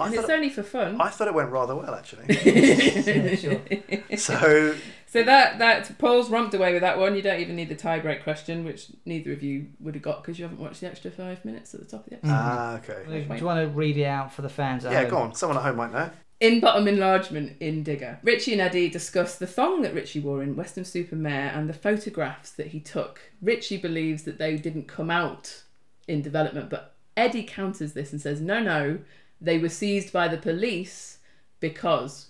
I
And it's
thought,
only for fun.
I thought it went rather
[LAUGHS]
well actually.
Yeah, sure.
so
So that that Paul's romped away with that one. You don't even need the tiebreak question, which neither of you would have got because you haven't watched the extra five minutes at the top of the episode.
ah, okay.
[LAUGHS]
Do you want to read it out for the fans? at
Yeah,
home?
go on. Someone at home might know.
In bottom enlargement in Digger, Richie and Eddie discuss the thong that Richie wore in Western Supermare and the photographs that he took. Richie believes that they didn't come out in development, but Eddie counters this and says, no, no, they were seized by the police because.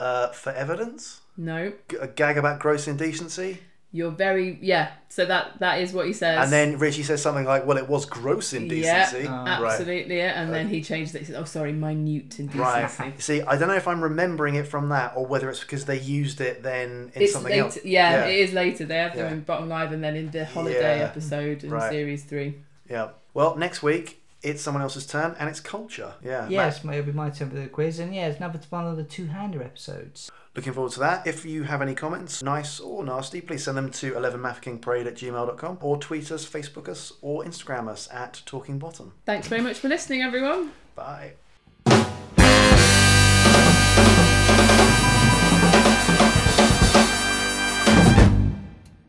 Uh, for evidence,
No,
G- a gag about gross indecency,
you're very yeah. So that that is what he says.
and then Richie says something like, "Well, it was gross indecency."
Yeah,
right.
absolutely. Yeah. And then he changed it. He said, oh, sorry, minute
Right.
indecency.
See, I don't know if I'm remembering it from that or whether it's because they used it then in
It's
something
later.
else.
Yeah,
Yeah.
it is later. They have them
Yeah.
in Bottom Live and then in the Holiday
Yeah.
episode in
Right.
Series 3.
Yeah. Well, next week it's someone else's turn and it's culture. Yeah. Matt,
Yes, it'll be my turn for the quiz, and yeah, it's another one of the two-hander episodes.
Looking forward to that. If you have any comments, nice or nasty, please send them to 11maffickingparade at gmail.com or tweet us, Facebook us, or Instagram us at Talking Bottom.
Thanks very much for listening, everyone.
Bye.